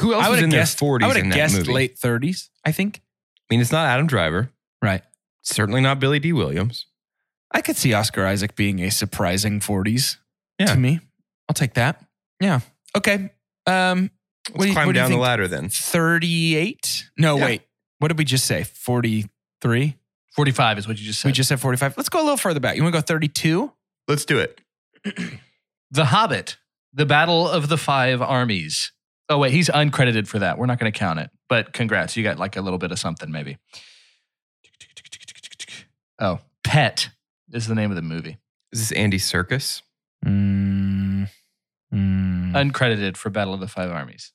Speaker 3: Who else
Speaker 4: I
Speaker 3: was
Speaker 4: would've
Speaker 3: in
Speaker 4: guessed-
Speaker 3: their 40s
Speaker 4: I would
Speaker 3: in
Speaker 4: have
Speaker 3: that
Speaker 4: guessed
Speaker 3: movie?
Speaker 4: late thirties. I think.
Speaker 3: I mean, it's not Adam Driver.
Speaker 4: Right.
Speaker 3: Certainly not Billy D. Williams.
Speaker 4: I could see Oscar Isaac being a surprising 40s
Speaker 3: Yeah.
Speaker 4: to me. I'll take that. Yeah. Okay. Um,
Speaker 3: Let's
Speaker 4: What do you-
Speaker 3: climb
Speaker 4: what do you
Speaker 3: down the
Speaker 4: think?
Speaker 3: ladder then.
Speaker 4: 38? No,
Speaker 3: Yeah.
Speaker 4: wait. What did we just say? 43?
Speaker 2: 45 is what you just said.
Speaker 4: We just said 45. Let's go a little further back. You want to go 32?
Speaker 3: Let's do it.
Speaker 2: the Hobbit, The Battle of the Five Armies. Oh, wait, he's uncredited for that. We're not going to count it, but congrats. You got like a little bit of something, maybe. Oh, Pet is the name of the movie.
Speaker 3: Is this Andy Circus?
Speaker 4: Mm, mm.
Speaker 2: Uncredited for Battle of the Five Armies.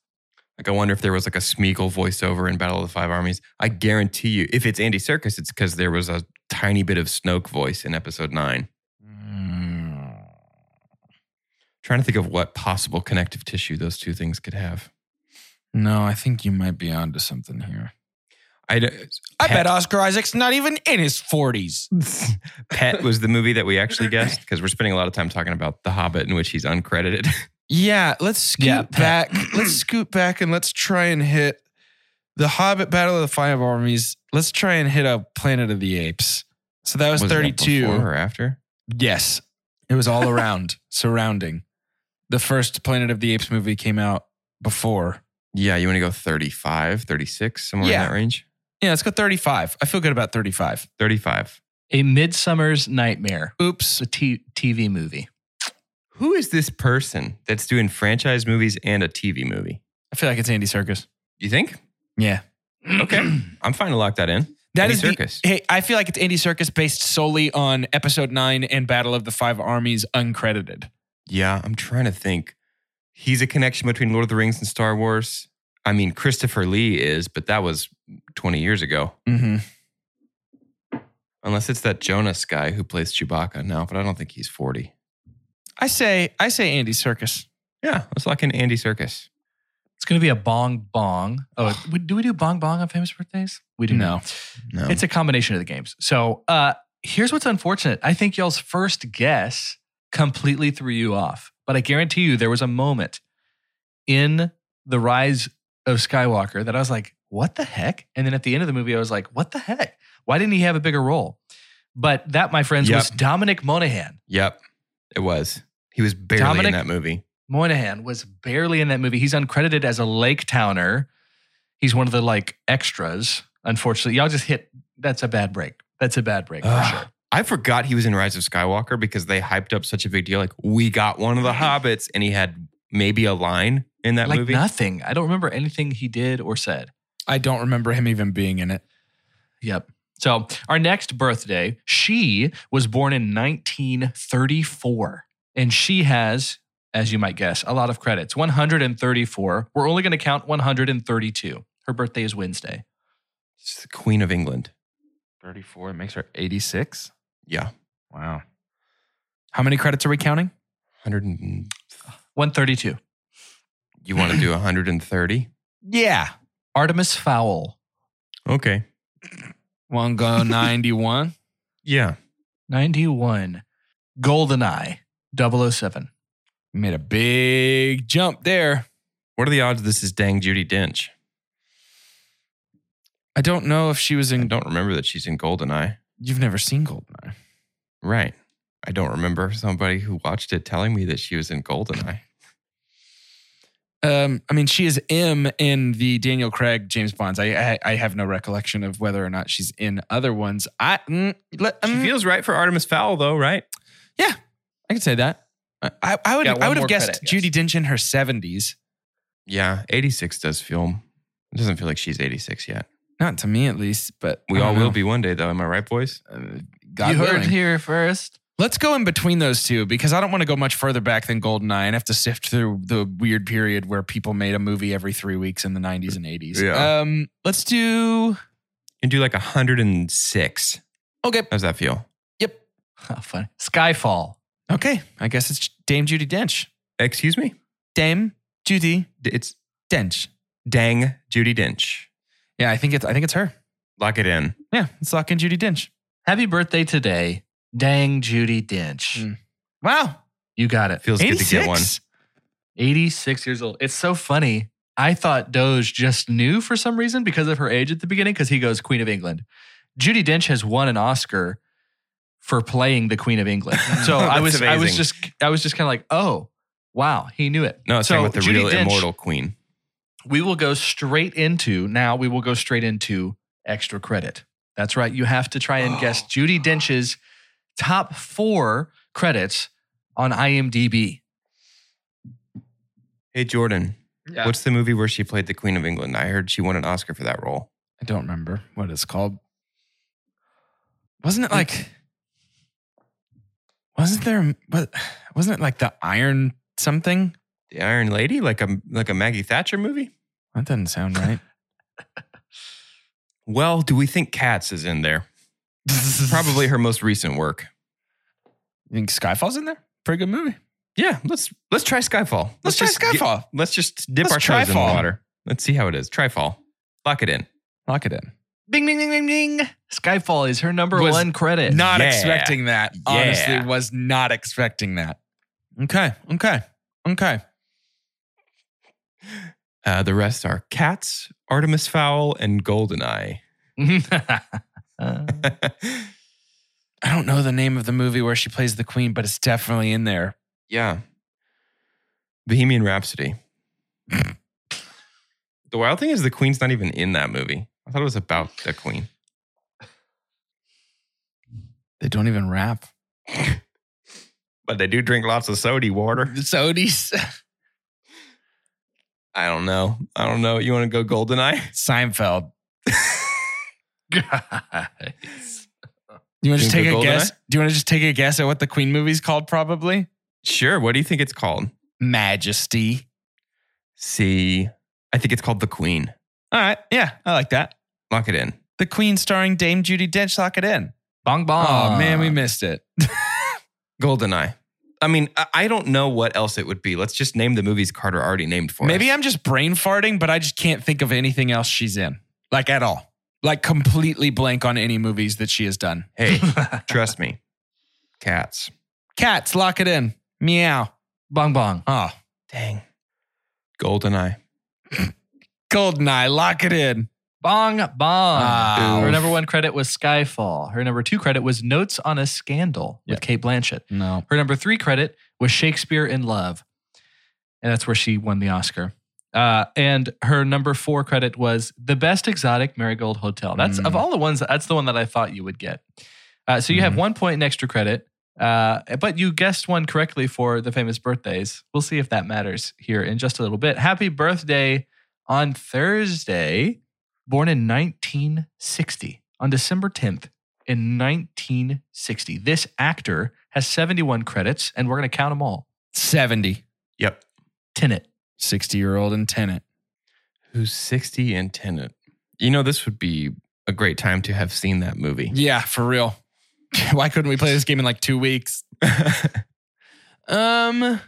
Speaker 3: Like, I wonder if there was like a Smeagol voiceover in Battle of the Five Armies. I guarantee you, if it's Andy Circus, it's because there was a tiny bit of Snoke voice in episode nine.
Speaker 4: Mm.
Speaker 3: Trying to think of what possible connective tissue those two things could have.
Speaker 4: No, I think you might be onto something here.
Speaker 3: I, d-
Speaker 4: I
Speaker 3: Pet-
Speaker 4: bet Oscar Isaac's not even in his 40s.
Speaker 3: Pet was the movie that we actually guessed because we're spending a lot of time talking about The Hobbit, in which he's uncredited.
Speaker 4: Yeah, let's scoot
Speaker 2: Yeah,
Speaker 4: back. let's scoot back and let's try and hit the Hobbit Battle of the Five Armies. Let's try and hit a Planet of the Apes. So that was,
Speaker 3: Was that
Speaker 4: 32.
Speaker 3: before or after?
Speaker 4: Yes. It was all around, surrounding. The first Planet of the Apes movie came out before.
Speaker 3: Yeah, you want to go 35, 36, somewhere
Speaker 4: Yeah.
Speaker 3: in that range?
Speaker 4: Yeah, let's go 35. I feel good about 35.
Speaker 3: 35.
Speaker 2: A Midsummer's Nightmare.
Speaker 4: Oops.
Speaker 2: It's a t- TV movie.
Speaker 3: Who is this person that's doing franchise movies and a TV movie?
Speaker 4: I feel like it's Andy Circus.
Speaker 3: You think?
Speaker 4: Yeah.
Speaker 3: Okay. I'm fine to lock that in.
Speaker 4: That
Speaker 3: Andy
Speaker 4: is the-
Speaker 3: Serkis.
Speaker 4: hey, I feel like it's Andy Circus based solely on episode 9 and Battle of the Five Armies uncredited.
Speaker 3: Yeah, I'm trying to think. He's a connection between Lord of the Rings and Star Wars. I mean, Christopher Lee is, but that was 20 years ago.
Speaker 4: Mhm.
Speaker 3: Unless it's that Jonas guy who plays Chewbacca now, but I don't think he's 40.
Speaker 4: I say I say Andy Circus.
Speaker 3: Yeah, let's lock in Andy Circus.
Speaker 2: It's going to be a bong bong. Oh, do we do bong bong on famous birthdays? We do
Speaker 4: No.
Speaker 3: No.
Speaker 2: It's a combination of the games. So uh, here's what's unfortunate. I think y'all's first guess completely threw you off, but I guarantee you there was a moment in The Rise of Skywalker that I was like, what the heck? And then at the end of the movie, I was like, what the heck? Why didn't he have a bigger role? But that, my friends,
Speaker 3: Yep.
Speaker 2: was Dominic Monaghan.
Speaker 3: yep, it was. He was barely
Speaker 2: Dominic-
Speaker 3: in that movie.
Speaker 2: Moynihan was barely in that movie. He's uncredited as a lake towner. He's one of the like extras. Unfortunately, y'all just hit. That's a bad break. That's a bad break for
Speaker 3: Ugh.
Speaker 2: sure.
Speaker 3: I forgot he was in Rise of Skywalker because they hyped up such a big deal. Like, we got one of the hobbits, and he had maybe a line in that
Speaker 2: like
Speaker 3: movie.
Speaker 2: nothing. I don't remember anything he did or said.
Speaker 4: I don't remember him even being in it.
Speaker 2: Yep. So our next birthday, she was born in 1934, and she has as you might guess, a lot of credits. 134. We're only going to count 132. Her birthday is Wednesday.
Speaker 3: She's the Queen of England.
Speaker 4: 34 it makes her 86.
Speaker 3: Yeah.
Speaker 4: Wow. How many credits are we counting?
Speaker 3: 100 and,
Speaker 2: 132.
Speaker 3: you want to do 130?
Speaker 4: Yeah.
Speaker 2: Artemis Fowl,
Speaker 3: Okay.
Speaker 4: One go 91.
Speaker 3: Yeah.
Speaker 2: 91. Goldeneye, 007.
Speaker 4: Made a big jump there.
Speaker 3: What are the odds this is dang Judy Dench?
Speaker 4: I don't know if she was
Speaker 3: I
Speaker 4: in.
Speaker 3: don't remember that she's in Goldeneye.
Speaker 4: You've never seen Goldeneye.
Speaker 3: Right. I don't remember somebody who watched it telling me that she was in Goldeneye.
Speaker 4: Um, I mean, she is M in the Daniel Craig James Bonds. I I, I have no recollection of whether or not she's in other ones. I mm, let,
Speaker 3: She
Speaker 4: mm,
Speaker 3: feels right for Artemis Fowl, though, right?
Speaker 4: I can say that. I- I, I would
Speaker 2: Got one
Speaker 4: I would
Speaker 2: more
Speaker 4: have guessed
Speaker 2: credit, yes.
Speaker 4: Judy Dench in her seventies.
Speaker 3: Yeah. 86 does feel. It doesn't feel like she's 86 yet.
Speaker 4: Not to me, at least. But
Speaker 3: We
Speaker 4: I
Speaker 3: all
Speaker 4: don't know.
Speaker 3: will be one day, though. Am I right, boys?
Speaker 4: Uh, God
Speaker 2: you heard
Speaker 4: willing.
Speaker 2: here first.
Speaker 4: Let's go in between those two because I don't want to go much further back than Goldeneye and have to sift through the weird period where people made a movie every three weeks in the nineties and eighties.
Speaker 3: Yeah.
Speaker 4: Um. Let's do.
Speaker 3: You can do like 106.
Speaker 4: Okay.
Speaker 3: How's that feel?
Speaker 4: Yep.
Speaker 2: How funny. Skyfall.
Speaker 4: Okay. I guess it's Dame Judy Dench.
Speaker 3: Excuse me?
Speaker 4: Dame Judy
Speaker 3: D- It's
Speaker 4: Dench.
Speaker 3: dang Judy Dench.
Speaker 4: Yeah, I think it's I think it's her.
Speaker 3: Lock it in.
Speaker 4: Yeah, it's lock in Judy Dench.
Speaker 2: Happy birthday today. Dang Judy Dench.
Speaker 3: Hmm.
Speaker 4: Mm. Wow.
Speaker 2: You got it.
Speaker 3: Feels good to get one.
Speaker 4: 86?
Speaker 2: 86 years old. It's so funny. I thought Doge just knew for some reason because of her age at the beginning, because he goes Queen of England. Judy Dench has won an Oscar for playing the Queen of England. So I
Speaker 3: That's
Speaker 2: was I was
Speaker 3: amazing.
Speaker 2: just I was just kind of like, oh wow, he knew it.
Speaker 3: No, it's
Speaker 2: so
Speaker 3: talking about the
Speaker 2: Judi
Speaker 3: real
Speaker 2: Dench,
Speaker 3: immortal queen.
Speaker 2: We will go straight into now. We will go straight into extra credit. That's right. You have to try and
Speaker 4: Oh.
Speaker 2: guess Judy Dench's top four credits on IMDb.
Speaker 3: Hey, Jordan.
Speaker 2: Yeah.
Speaker 3: What's the movie where she played the Queen of England? I heard she won an Oscar for that role.
Speaker 4: I don't remember what it's called. Wasn't it like wasn't there what wasn't it like the iron something?
Speaker 3: The Iron Lady, like a like a Maggie Thatcher movie.
Speaker 4: That doesn't sound right.
Speaker 3: Well, do we think Cats is in there? Probably her most recent work.
Speaker 4: You think Skyfall's in there? Pretty good movie.
Speaker 3: Yeah, let's let's try Skyfall.
Speaker 4: Let's, try
Speaker 3: just get-
Speaker 4: Skyfall.
Speaker 3: let's just dip
Speaker 4: Let's
Speaker 3: our toes in the
Speaker 4: tryfall.
Speaker 3: water. Let's see how it is. Tryfall. Lock it in.
Speaker 4: Lock it in.
Speaker 2: Bing, bing, bing, bing, bing. Skyfall is her number
Speaker 4: Was
Speaker 2: one credit.
Speaker 4: Not
Speaker 3: Yeah.
Speaker 4: expecting that.
Speaker 3: Yeah.
Speaker 4: Honestly, was not expecting that. Okay. Okay. Okay.
Speaker 3: Uh, the rest are Cats, Artemis Fowl, and Goldeneye.
Speaker 2: Not.
Speaker 4: I don't know the name of the movie where she plays the queen, but it's definitely in there.
Speaker 3: yeah. Bohemian Rhapsody. the wild thing is the Queen's not even in that movie. I thought it was about the Queen.
Speaker 4: They don't even rap.
Speaker 3: But they do drink lots of sody water.
Speaker 4: Sodies.
Speaker 3: I don't know. I don't know. You want to go Goldeneye?
Speaker 4: Seinfeld. Do you want to just take
Speaker 3: Think
Speaker 4: a
Speaker 3: of
Speaker 4: guess?
Speaker 3: Goldeneye?
Speaker 4: Do you want to just take a guess at what the Queen movie's called? Probably
Speaker 3: Sure. What do you think it's called?
Speaker 4: Majesty.
Speaker 3: See, I think it's called The Queen.
Speaker 4: All right. Yeah, I like that.
Speaker 3: Lock it in.
Speaker 4: The Queen starring Dame Judy Dench. Lock it in.
Speaker 2: Bong bong.
Speaker 4: Oh, man, we missed it.
Speaker 3: Goldeneye. I mean, I- I don't know what else it would be. Let's just name the movies Carter already named for
Speaker 4: Maybe
Speaker 3: us.
Speaker 4: I'm just brain farting, but I just can't think of anything else she's in, like at all. Like completely blank on any movies that she has done.
Speaker 3: Hey, trust me. Cats.
Speaker 4: Cats, lock it in. Meow.
Speaker 2: bong bong.
Speaker 4: Oh,
Speaker 3: Dang. Goldeneye.
Speaker 4: Goldeneye, lock it in.
Speaker 2: Bong bong.
Speaker 4: Wow.
Speaker 2: Her number one credit was Skyfall. Her number two credit was Notes on a Scandal with
Speaker 4: Yep.
Speaker 2: Kate Blanchett.
Speaker 4: No.
Speaker 2: Her number three credit was Shakespeare in Love. And that's where she won the Oscar. Uh, and her number four credit was The Best Exotic Marigold Hotel. That's of
Speaker 4: Mm.
Speaker 2: all the ones, that's the one that I thought you would get. Uh, so you have
Speaker 4: Mhm.
Speaker 2: one point in extra credit, uh, but you guessed one correctly for the famous birthdays. We'll see if that matters here in just a little bit. Happy birthday on Thursday, born in 1960, on December 10th, in 1960. This actor has 71 credits, and we're going to count them all.
Speaker 4: 70.
Speaker 3: Yep.
Speaker 2: Tenet.
Speaker 4: 60 year old and tenant.
Speaker 3: Who's 60 and tenant? You know, this would be a great time to have seen that movie.
Speaker 4: Yeah, for real. Why couldn't we play this game in like two weeks? Um,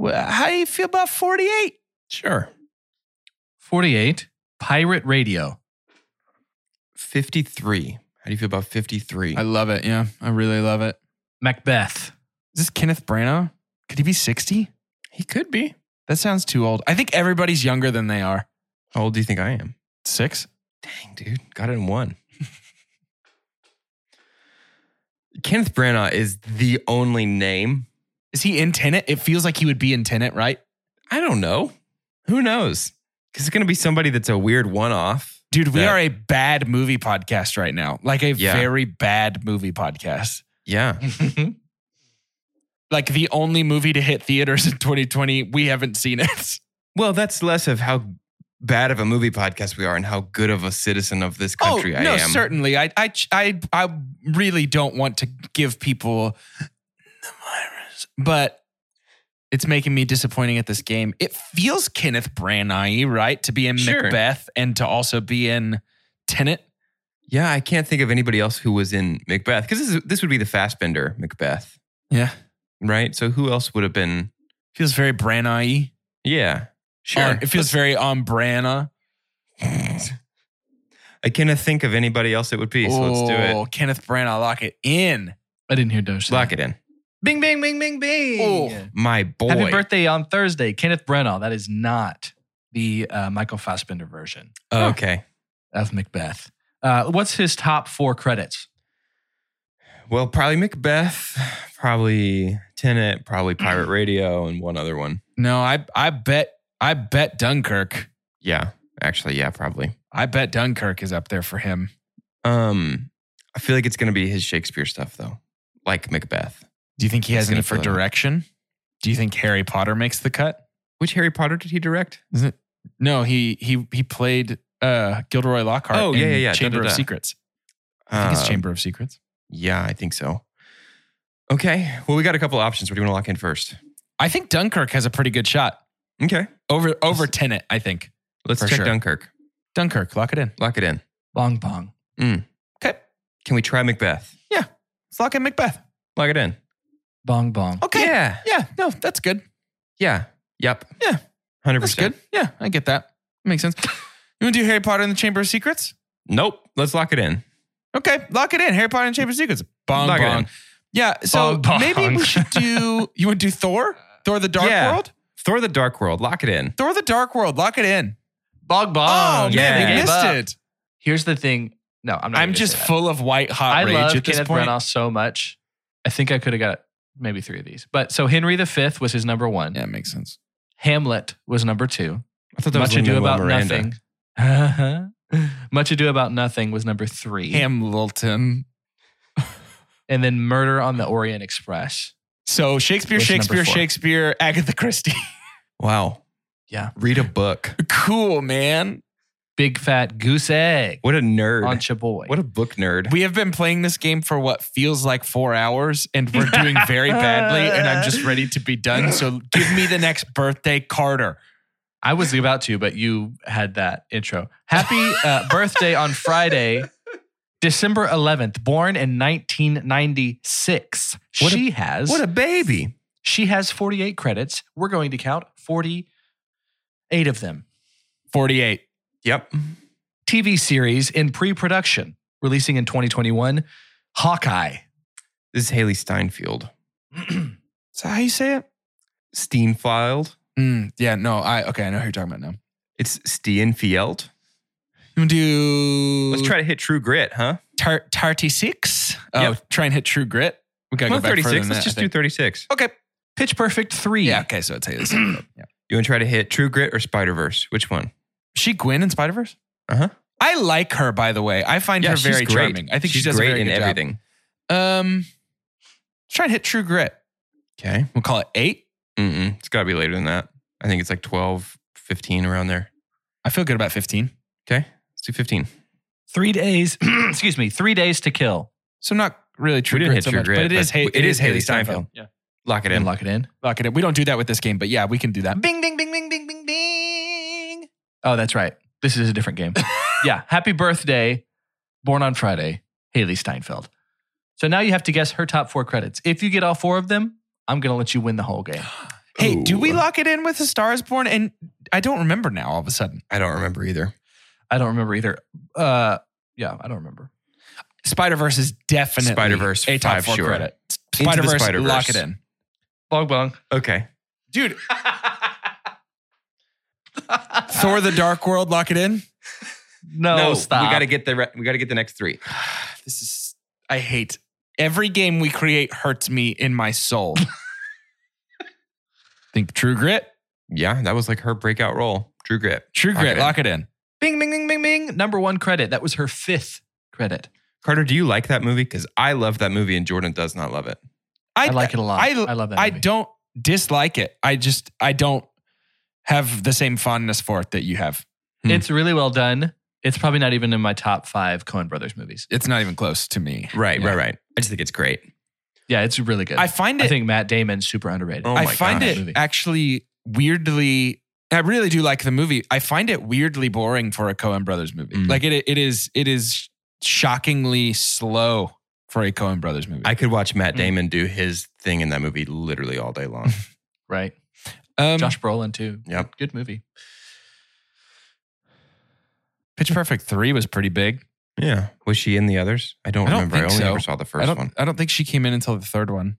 Speaker 4: wh- how do you feel about 48?
Speaker 3: sure.
Speaker 2: 48. Pirate Radio.
Speaker 3: 53. How do you feel about 53?
Speaker 4: I love it. Yeah, I really love it.
Speaker 2: Macbeth.
Speaker 4: Is this Kenneth Branagh? Could he be 60?
Speaker 3: he could be.
Speaker 4: That sounds too old. I think everybody's younger than they are.
Speaker 3: How old do you think I am?
Speaker 4: Six?
Speaker 3: Dang, dude. Got it in one. Kenneth Branagh is the only name.
Speaker 4: Is he in tenant? It feels like he would be in tenant, right?
Speaker 3: I don't know. Who knows? Because it's going to be somebody that's a weird one off.
Speaker 4: Dude, we
Speaker 3: That-
Speaker 4: are a bad movie podcast right now. Like a
Speaker 3: Yeah.
Speaker 4: very bad movie podcast.
Speaker 3: Yeah.
Speaker 4: Like the only movie to hit theaters in 2020, we haven't seen it.
Speaker 3: Well, that's less of how bad of a movie podcast we are and how good of a citizen of this country
Speaker 4: oh,
Speaker 3: I
Speaker 4: no,
Speaker 3: am.
Speaker 4: certainly. I, I, I, I really don't want to give people the virus, but it's making me disappointing at this game. It feels Kenneth Branagh, right, to be in
Speaker 3: Sure.
Speaker 4: Macbeth and to also be in Tenet.
Speaker 3: Yeah, I can't think of anybody else who was in Macbeth because this, is- this would be the Fassbender Macbeth,
Speaker 4: Yeah,
Speaker 3: right? So who else would have been?
Speaker 4: feels very Branagh.
Speaker 3: Yeah, sure.
Speaker 4: it feels very on Branagh.
Speaker 3: I cannot think of anybody else it would be, so let's do
Speaker 4: Oh,
Speaker 3: it.
Speaker 4: Kenneth Branagh, lock it in.
Speaker 2: I didn't hear Doge. say
Speaker 3: Lock it in.
Speaker 2: Bing, bing, bing, bing, bing.
Speaker 4: Oh.
Speaker 3: My boy.
Speaker 2: Happy birthday on Thursday, Kenneth Branagh. That is not the uh, Michael Fassbender version
Speaker 3: Oh, okay.
Speaker 2: of Macbeth. Uh, what's his top four credits?
Speaker 3: Well, probably Macbeth, probably Tenet, probably Pirate Radio, and one other one.
Speaker 4: No, I, I bet, I bet Dunkirk.
Speaker 3: Yeah, actually, yeah, probably.
Speaker 4: I bet Dunkirk is up there for him.
Speaker 3: Um, I feel like it's gonna be his Shakespeare stuff though, like Macbeth.
Speaker 4: Do you think he
Speaker 3: He's
Speaker 4: has any
Speaker 3: gonna
Speaker 4: for
Speaker 3: fill it out.
Speaker 4: direction? Do you think Harry Potter makes the cut?
Speaker 3: Which Harry Potter did he direct?
Speaker 4: No, he he he played uh Gilderoy Lockhart.
Speaker 3: Oh, yeah,
Speaker 4: in
Speaker 3: yeah, yeah.
Speaker 4: Chamber of
Speaker 3: Da-da-da.
Speaker 4: Secrets. I think it's
Speaker 3: Uh,
Speaker 4: Chamber of Secrets.
Speaker 3: Yeah, I think so. Okay. Well, we got a couple options. What do you want to lock in first?
Speaker 4: I think Dunkirk has a pretty good shot
Speaker 3: Okay.
Speaker 4: over over Tenet. I think
Speaker 3: Let's
Speaker 4: For
Speaker 3: check
Speaker 4: sure.
Speaker 3: Dunkirk.
Speaker 4: Dunkirk. Lock it in.
Speaker 3: Lock it in.
Speaker 2: Bong Bong.
Speaker 4: Okay,
Speaker 3: Can we try Macbeth?
Speaker 4: let's lock in Macbeth.
Speaker 3: Lock it in.
Speaker 2: Bong Bong.
Speaker 4: Okay, yeah,
Speaker 3: Yeah.
Speaker 4: no, that's good.
Speaker 3: Yeah. Yep.
Speaker 4: Yeah.
Speaker 3: 100%.
Speaker 4: That's good. Yeah, I get that. Makes sense. You want to do Harry Potter and the Chamber of Secrets?
Speaker 3: Nope. Let's lock it in.
Speaker 4: Okay, lock it in. Harry Potter and the Chamber of Secrets. Bong
Speaker 3: Lock it
Speaker 4: bong.
Speaker 3: in.
Speaker 4: Yeah. So
Speaker 2: Bong, bong.
Speaker 4: maybe we should do. You want to do Thor? Thor: The Dark
Speaker 3: Yeah.
Speaker 4: World.
Speaker 3: Thor the Dark World. Lock it in.
Speaker 4: Thor: The Dark World. Lock it in.
Speaker 2: Bong Bong.
Speaker 4: Oh,
Speaker 3: yeah.
Speaker 4: man,
Speaker 3: They
Speaker 4: we
Speaker 2: Gave
Speaker 4: missed
Speaker 2: up.
Speaker 4: it.
Speaker 2: Here's the thing. No, I'm not.
Speaker 4: I'm
Speaker 2: gonna
Speaker 4: just
Speaker 2: say that.
Speaker 4: full of white hot
Speaker 2: I
Speaker 4: rage
Speaker 2: love
Speaker 4: at this
Speaker 2: Kenneth
Speaker 4: point.
Speaker 2: Branagh so much. I think I could have got maybe three of these. But so Henry V was his number one.
Speaker 4: Yeah, it makes sense.
Speaker 2: Hamlet was number two.
Speaker 3: I thought
Speaker 2: Much Ado
Speaker 3: Lin-Manuel
Speaker 2: About
Speaker 3: Miranda.
Speaker 2: Nothing. Uh-huh. Much Ado About Nothing was number three.
Speaker 4: Hamilton.
Speaker 2: and then Murder on the Orient Express.
Speaker 4: So Shakespeare,
Speaker 2: What's number
Speaker 4: Shakespeare,
Speaker 2: four?
Speaker 4: Shakespeare, Agatha Christie.
Speaker 3: Wow.
Speaker 2: Yeah.
Speaker 3: Read a book.
Speaker 4: cool, man.
Speaker 2: Big Fat Goose Egg.
Speaker 3: What a nerd.
Speaker 2: On Chaboy.
Speaker 3: What a book nerd.
Speaker 4: We have been playing this game for what feels like four hours, and we're doing very badly, and I'm just ready to be done. So give me the next birthday, Carter.
Speaker 2: I was about to, but you had that intro. Happy uh, birthday on Friday, December 11th. Born in 1996.
Speaker 3: What a-
Speaker 2: she has
Speaker 3: What a baby.
Speaker 2: she has 48 credits. We're going to count 48 of them.
Speaker 4: 48.
Speaker 3: Yep.
Speaker 2: TV series in pre-production, releasing in 2021. Hawkeye.
Speaker 3: This is Haley Steinfeld.
Speaker 4: Is that how you say it?
Speaker 3: Steinfeld.
Speaker 4: Mm, yeah, no, I okay, I know who you're talking about now.
Speaker 3: It's Steinfeld.
Speaker 4: You wanna do
Speaker 3: Let's try to hit True Grit, huh?
Speaker 4: tar- 36. Oh,
Speaker 3: Yep.
Speaker 4: try and hit true grit. We gotta
Speaker 3: Well,
Speaker 4: go back
Speaker 3: 36.
Speaker 4: further
Speaker 3: Let's
Speaker 4: than that,
Speaker 3: just
Speaker 4: I
Speaker 3: do
Speaker 4: think.
Speaker 3: 36.
Speaker 4: Okay.
Speaker 2: Pitch Perfect 3.
Speaker 4: Yeah. Okay. So it's Haley. Steinfeld. yeah.
Speaker 3: You want to try to hit True Grit or Spider Verse? Which one?
Speaker 4: Is She Gwen in Spider Verse.
Speaker 3: Uh-huh.
Speaker 4: I like her, by the way. I find her
Speaker 3: she's
Speaker 4: very
Speaker 3: great.
Speaker 4: charming. I think
Speaker 3: she's
Speaker 4: she does a
Speaker 3: great
Speaker 4: very
Speaker 3: in
Speaker 4: good job.
Speaker 3: everything.
Speaker 4: Um, let's try and hit True Grit.
Speaker 3: Okay.
Speaker 4: We'll call it eight.
Speaker 3: Mm-mm. It's got to be later than that. I think it's like 12, 15 around there.
Speaker 4: I feel good about fifteen.
Speaker 3: Okay. Let's do 15.
Speaker 2: Three days. excuse me. Three days to kill.
Speaker 4: So not really True
Speaker 3: we
Speaker 4: Grit
Speaker 3: didn't hit
Speaker 4: so
Speaker 3: True
Speaker 4: much,
Speaker 3: Grit.
Speaker 4: but it is. Ha-
Speaker 3: it is Haley Steinfeld.
Speaker 2: Yeah.
Speaker 3: Lock it
Speaker 2: and
Speaker 3: in.
Speaker 2: lock it in.
Speaker 4: Lock it up. We don't do that with this game, but yeah, we can do that.
Speaker 2: Bing, bing, bing, bing, bing, bing, bing. Oh, that's right. This is a different game. yeah. Happy birthday, born on Friday, Haley Steinfeld. So now you have to guess her top four credits. If you get all four of them, I'm going to let you win the whole game.
Speaker 4: Hey, do we
Speaker 3: Ooh.
Speaker 4: lock it in with a Star is Born? And I don't remember now. All of a sudden,
Speaker 3: I don't remember either.
Speaker 2: I don't remember either. Uh, yeah, I don't remember.
Speaker 4: Spider Verse is definitely
Speaker 3: Spider-Verse,
Speaker 4: a top
Speaker 3: five,
Speaker 4: four
Speaker 3: sure.
Speaker 4: credit.
Speaker 3: the
Speaker 4: Spider Verse,
Speaker 3: Spider-Verse.
Speaker 4: lock it in,
Speaker 2: Bong bong.
Speaker 3: Okay.
Speaker 4: dude. Thor: The Dark World, lock it in.
Speaker 2: no, stop.
Speaker 3: We got to get the re- we got to get the next three.
Speaker 4: this is I hate every game we create hurts me in my soul. Think True Grit,
Speaker 3: Yeah, that was like her breakout role. True Grit.
Speaker 4: True
Speaker 3: Lock it
Speaker 4: Grit,
Speaker 3: in.
Speaker 4: lock it in.
Speaker 2: Bing, bing, bing, bing, bing. Number one credit. That was her fifth credit.
Speaker 3: Carter, do you like that movie? Because I love that movie, and Jordan does not love it.
Speaker 2: I, like it a lot. I,
Speaker 4: I-
Speaker 2: love that.
Speaker 4: I
Speaker 2: movie.
Speaker 4: don't dislike it. I just I don't have the same fondness for it that you have. Hmm.
Speaker 2: It's really well done. It's probably not even in my top five Coen Brothers movies.
Speaker 4: It's not even close to me.
Speaker 3: Right,
Speaker 4: Yeah.
Speaker 3: right, right. I just think it's great.
Speaker 2: Yeah, it's really good.
Speaker 4: I find
Speaker 2: I
Speaker 4: it.
Speaker 2: think Matt Damon's super underrated.
Speaker 3: Oh
Speaker 4: I
Speaker 3: my
Speaker 4: find
Speaker 3: gosh.
Speaker 4: it
Speaker 2: Movie.
Speaker 4: actually weirdly. I really do like the movie. I find it weirdly boring for a Coen Brothers movie.
Speaker 3: Mm.
Speaker 4: Like it, it is, it is shockingly slow for a Coen Brothers movie.
Speaker 3: I could watch Matt
Speaker 2: Mm.
Speaker 3: Damon do his thing in that movie literally all day long.
Speaker 2: right?
Speaker 4: um,
Speaker 2: Josh Brolin too.
Speaker 3: Yep.
Speaker 2: good movie.
Speaker 4: Pitch Perfect three was pretty big.
Speaker 3: yeah. Was she in the others? I don't,
Speaker 4: I don't
Speaker 3: remember. I
Speaker 4: think
Speaker 3: only
Speaker 4: so.
Speaker 3: ever saw the
Speaker 4: I
Speaker 3: first
Speaker 4: don't.
Speaker 3: one.
Speaker 4: I don't think she came in until the third one.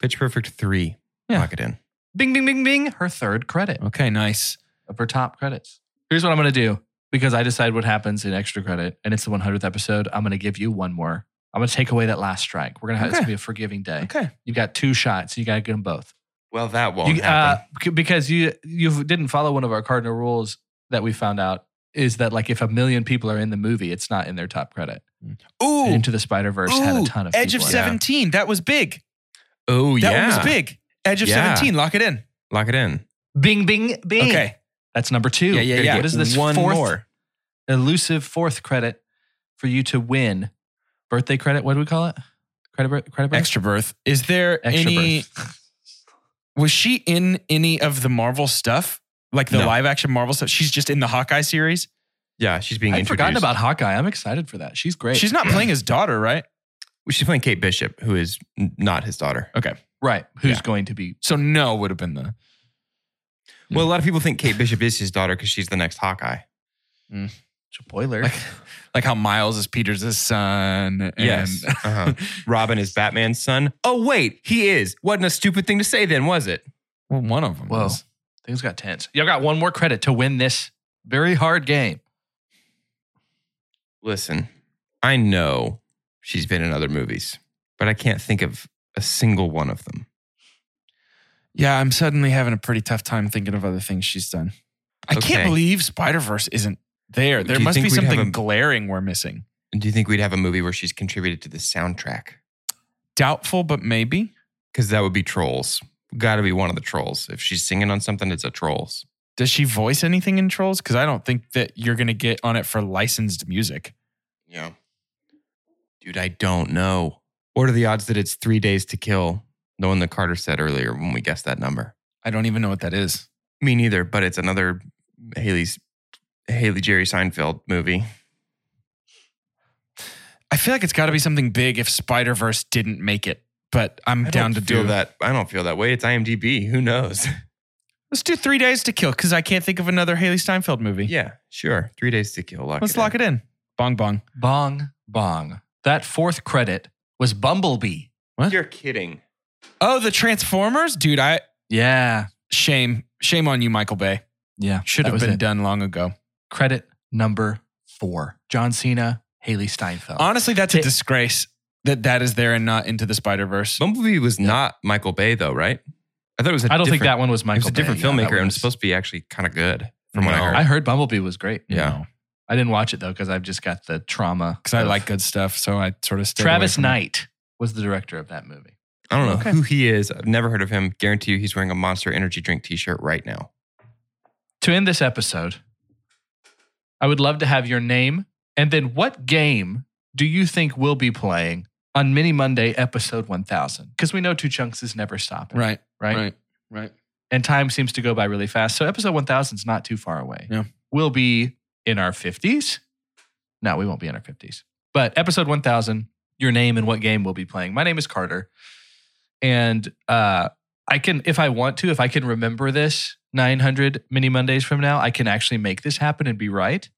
Speaker 3: Pitch Perfect three.
Speaker 4: Yeah.
Speaker 3: Lock it in.
Speaker 2: Bing, bing, bing, bing. Her third credit
Speaker 4: Okay, nice.
Speaker 2: of her top credits. Here's what I'm gonna do because I decide what happens in extra credit, and it's the 100th episode. I'm gonna give you one more. I'm gonna take away that last strike. We're gonna have it's
Speaker 4: Okay.
Speaker 2: gonna be a forgiving day.
Speaker 4: Okay.
Speaker 2: You've got two shots. You gotta get them both.
Speaker 3: Well, that won't
Speaker 2: You, uh,
Speaker 3: happen.
Speaker 2: c- because you you didn't follow one of our cardinal rules that we found out is that like if a million people are in the movie, it's not in their top credit.
Speaker 4: Ooh,
Speaker 2: Into the Spider Verse had a
Speaker 4: ooh,
Speaker 2: ton of
Speaker 4: Edge of
Speaker 2: people in it.
Speaker 3: Seven-
Speaker 4: Seventeen. That was big.
Speaker 3: oh
Speaker 4: That
Speaker 3: yeah.
Speaker 4: one was big. Edge of
Speaker 3: Yeah.
Speaker 4: Seventeen. Lock it in.
Speaker 3: Lock it in.
Speaker 2: Bing, bing, bing.
Speaker 4: Okay.
Speaker 2: That's number two.
Speaker 4: Yeah, yeah, yeah.
Speaker 2: What is this
Speaker 3: One
Speaker 2: fourth,
Speaker 3: more.
Speaker 2: elusive fourth credit for you to win? Birthday credit? What do we call it? Credit, bir- credit birth?
Speaker 4: Extra birth. Is there
Speaker 2: Extra
Speaker 4: any?
Speaker 2: birth.
Speaker 4: Was she in any of the Marvel stuff? Like the
Speaker 3: No.
Speaker 4: live action Marvel stuff? She's just in the Hawkeye series.
Speaker 3: Yeah, she's being
Speaker 2: I'd
Speaker 3: introduced.
Speaker 2: forgotten about Hawkeye. I'm excited for that. She's great.
Speaker 4: She's not playing his daughter, right?
Speaker 3: She's playing Kate Bishop, who is n- not his daughter.
Speaker 2: right. Who's
Speaker 3: Yeah.
Speaker 2: going to be?
Speaker 4: So no would have been the.
Speaker 3: Well, a lot of people think Kate Bishop is his daughter because she's the next Hawkeye.
Speaker 2: Spoiler.
Speaker 4: Like, like how Miles is Peter's son. And
Speaker 3: Uh-huh. Robin is Batman's son. Oh, wait, he is. Wasn't a stupid thing to say then, was it?
Speaker 4: well, one of them.
Speaker 2: Whoa.
Speaker 4: was.
Speaker 2: Things got tense. Y'all got one more credit to win this very hard game.
Speaker 3: Listen, I know she's been in other movies, but I can't think of a single one of them.
Speaker 4: Yeah, I'm suddenly having a pretty tough time thinking of other things she's done. I
Speaker 3: Okay.
Speaker 4: can't believe Spider Verse isn't there.
Speaker 3: Do
Speaker 4: There
Speaker 3: you
Speaker 4: must
Speaker 3: think
Speaker 4: be
Speaker 3: we'd have
Speaker 4: something
Speaker 3: a-
Speaker 4: glaring we're missing.
Speaker 3: Do you think we'd have a movie where she's contributed to the soundtrack?
Speaker 4: Doubtful, but maybe.
Speaker 3: Because that would be Trolls. Got to be one of the Trolls. If she's singing on something, it's a Trolls.
Speaker 4: Does she voice anything in Trolls? Because I don't think that you're going to get on it for licensed music.
Speaker 3: Yeah. Dude, I don't know. What are the odds that it's three days to kill? The one that Carter said earlier when we guessed that number.
Speaker 4: I don't even know what that is.
Speaker 3: Me neither, but it's another Haley's Haley Jerry Seinfeld movie.
Speaker 4: I feel like it's got to be something big if Spider Verse didn't make it, but I'm
Speaker 3: I
Speaker 4: down to
Speaker 3: don't feel
Speaker 4: do that.
Speaker 3: that. I don't feel that way. It's IMDb. Who knows?
Speaker 4: Let's do Three Days to Kill because I can't think of another Haley Steinfeld movie.
Speaker 3: yeah, sure. Three days to kill. Lock
Speaker 4: Let's lock it in. Bong bong.
Speaker 2: Bong, bong. That fourth credit was Bumblebee.
Speaker 4: in.
Speaker 3: You're kidding.
Speaker 4: Oh, the Transformers, dude! I
Speaker 2: Yeah.
Speaker 4: shame, shame on you, Michael Bay.
Speaker 2: Yeah.
Speaker 4: Should
Speaker 2: that
Speaker 4: have
Speaker 2: was
Speaker 4: been
Speaker 2: it.
Speaker 4: done long ago.
Speaker 2: Credit number four John Cena, Haley Steinfeld.
Speaker 4: Honestly, that's a
Speaker 2: It-
Speaker 4: disgrace that that is there and not into the Spider Verse.
Speaker 3: Bumblebee was not Michael Bay though, right? I thought it was. I
Speaker 2: I don't think that one was
Speaker 3: It was
Speaker 2: Michael
Speaker 3: a different
Speaker 2: Bay. Yeah, that
Speaker 3: filmmaker and
Speaker 2: was-
Speaker 3: it's supposed to be actually kind of good from what I
Speaker 4: No.
Speaker 3: heard.
Speaker 2: I heard Bumblebee was great.
Speaker 3: yeah.
Speaker 2: I didn't watch it though because I've just got the trauma.
Speaker 4: because I
Speaker 2: of-
Speaker 4: like good stuff, so I sort of stayed away
Speaker 2: Travis
Speaker 4: from it.
Speaker 2: Knight was the director of that movie.
Speaker 3: I don't know
Speaker 4: Okay.
Speaker 3: who he is. I've never heard of him. Guarantee you, he's wearing a Monster Energy drink T-shirt right now.
Speaker 2: to end this episode, I would love to have your name and then what game do you think we'll be playing on Mini Monday, episode 1000, because we know Two Chunks is never stopping.
Speaker 4: Right.
Speaker 2: Right.
Speaker 4: Right. Right.
Speaker 2: And time seems to go by really fast. So episode 1000 is not too far away.
Speaker 4: Yeah.
Speaker 2: We'll be in our 50s. No, we won't be in our 50s. But episode 1000, your name and what game we'll be playing. My name is Carter. And uh, I can, if I want to, if I can remember this 900 mini Mondays from now, I can actually make this happen and be right.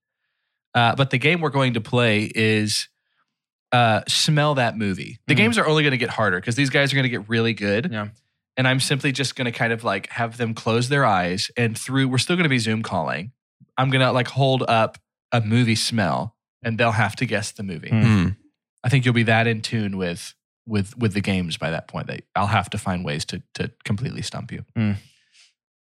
Speaker 2: Uh, but the game we're going to play is uh, Smell That Movie. The
Speaker 4: Mhm.
Speaker 2: games are only going to get harder because these guys are going to get really good.
Speaker 4: Yeah.
Speaker 2: And I'm simply just going to kind of like have them close their eyes and through, we're still going to be Zoom calling. I'm going to like hold up a movie smell and they'll have to guess the movie.
Speaker 4: Mhm.
Speaker 3: Hmm.
Speaker 2: I think you'll be that in tune with with with the games by that point that I'll have to find ways to to completely stump you.
Speaker 4: Mm,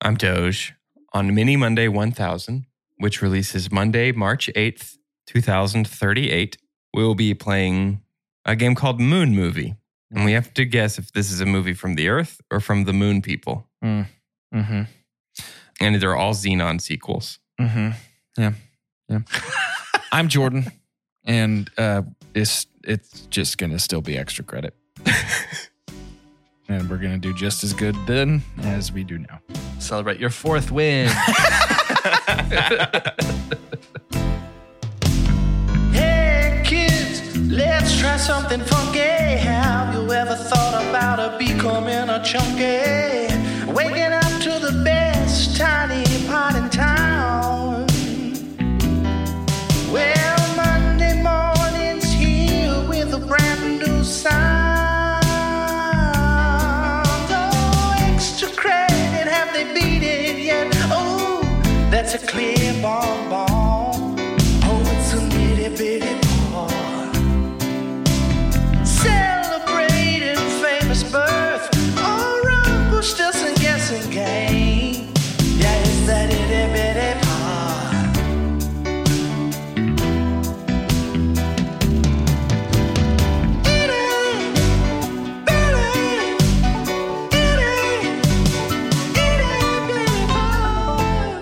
Speaker 3: I'm Doge on Mini Monday 1000, which releases Monday, March 8th, 2038. We'll be playing a game called Moon Movie. And we have to guess if this is a movie from the Earth or from the Moon people.
Speaker 4: Mm-hmm.
Speaker 3: And they're all Xenon sequels.
Speaker 4: Mm-hmm. Yeah. Yeah. I'm Jordan. And uh it's it's just gonna still be extra credit. and we're gonna do just as good then as we do now.
Speaker 2: Celebrate your fourth win.
Speaker 5: Hey kids, let's try something funky. Have you ever thought about it becoming a chunky? Waking up to the best tiny pot in town. Well, Monday morning's here with a brand new sound. Oh, extra credit, have they beat it yet? Oh, that's a clear bonbon. Oh, it's a nitty bitty bar. Celebrating famous birth or Rumpelstiltskin guessing game. Yeah, it's that itty bitty bar. Itty bitty, itty, itty bitty bar.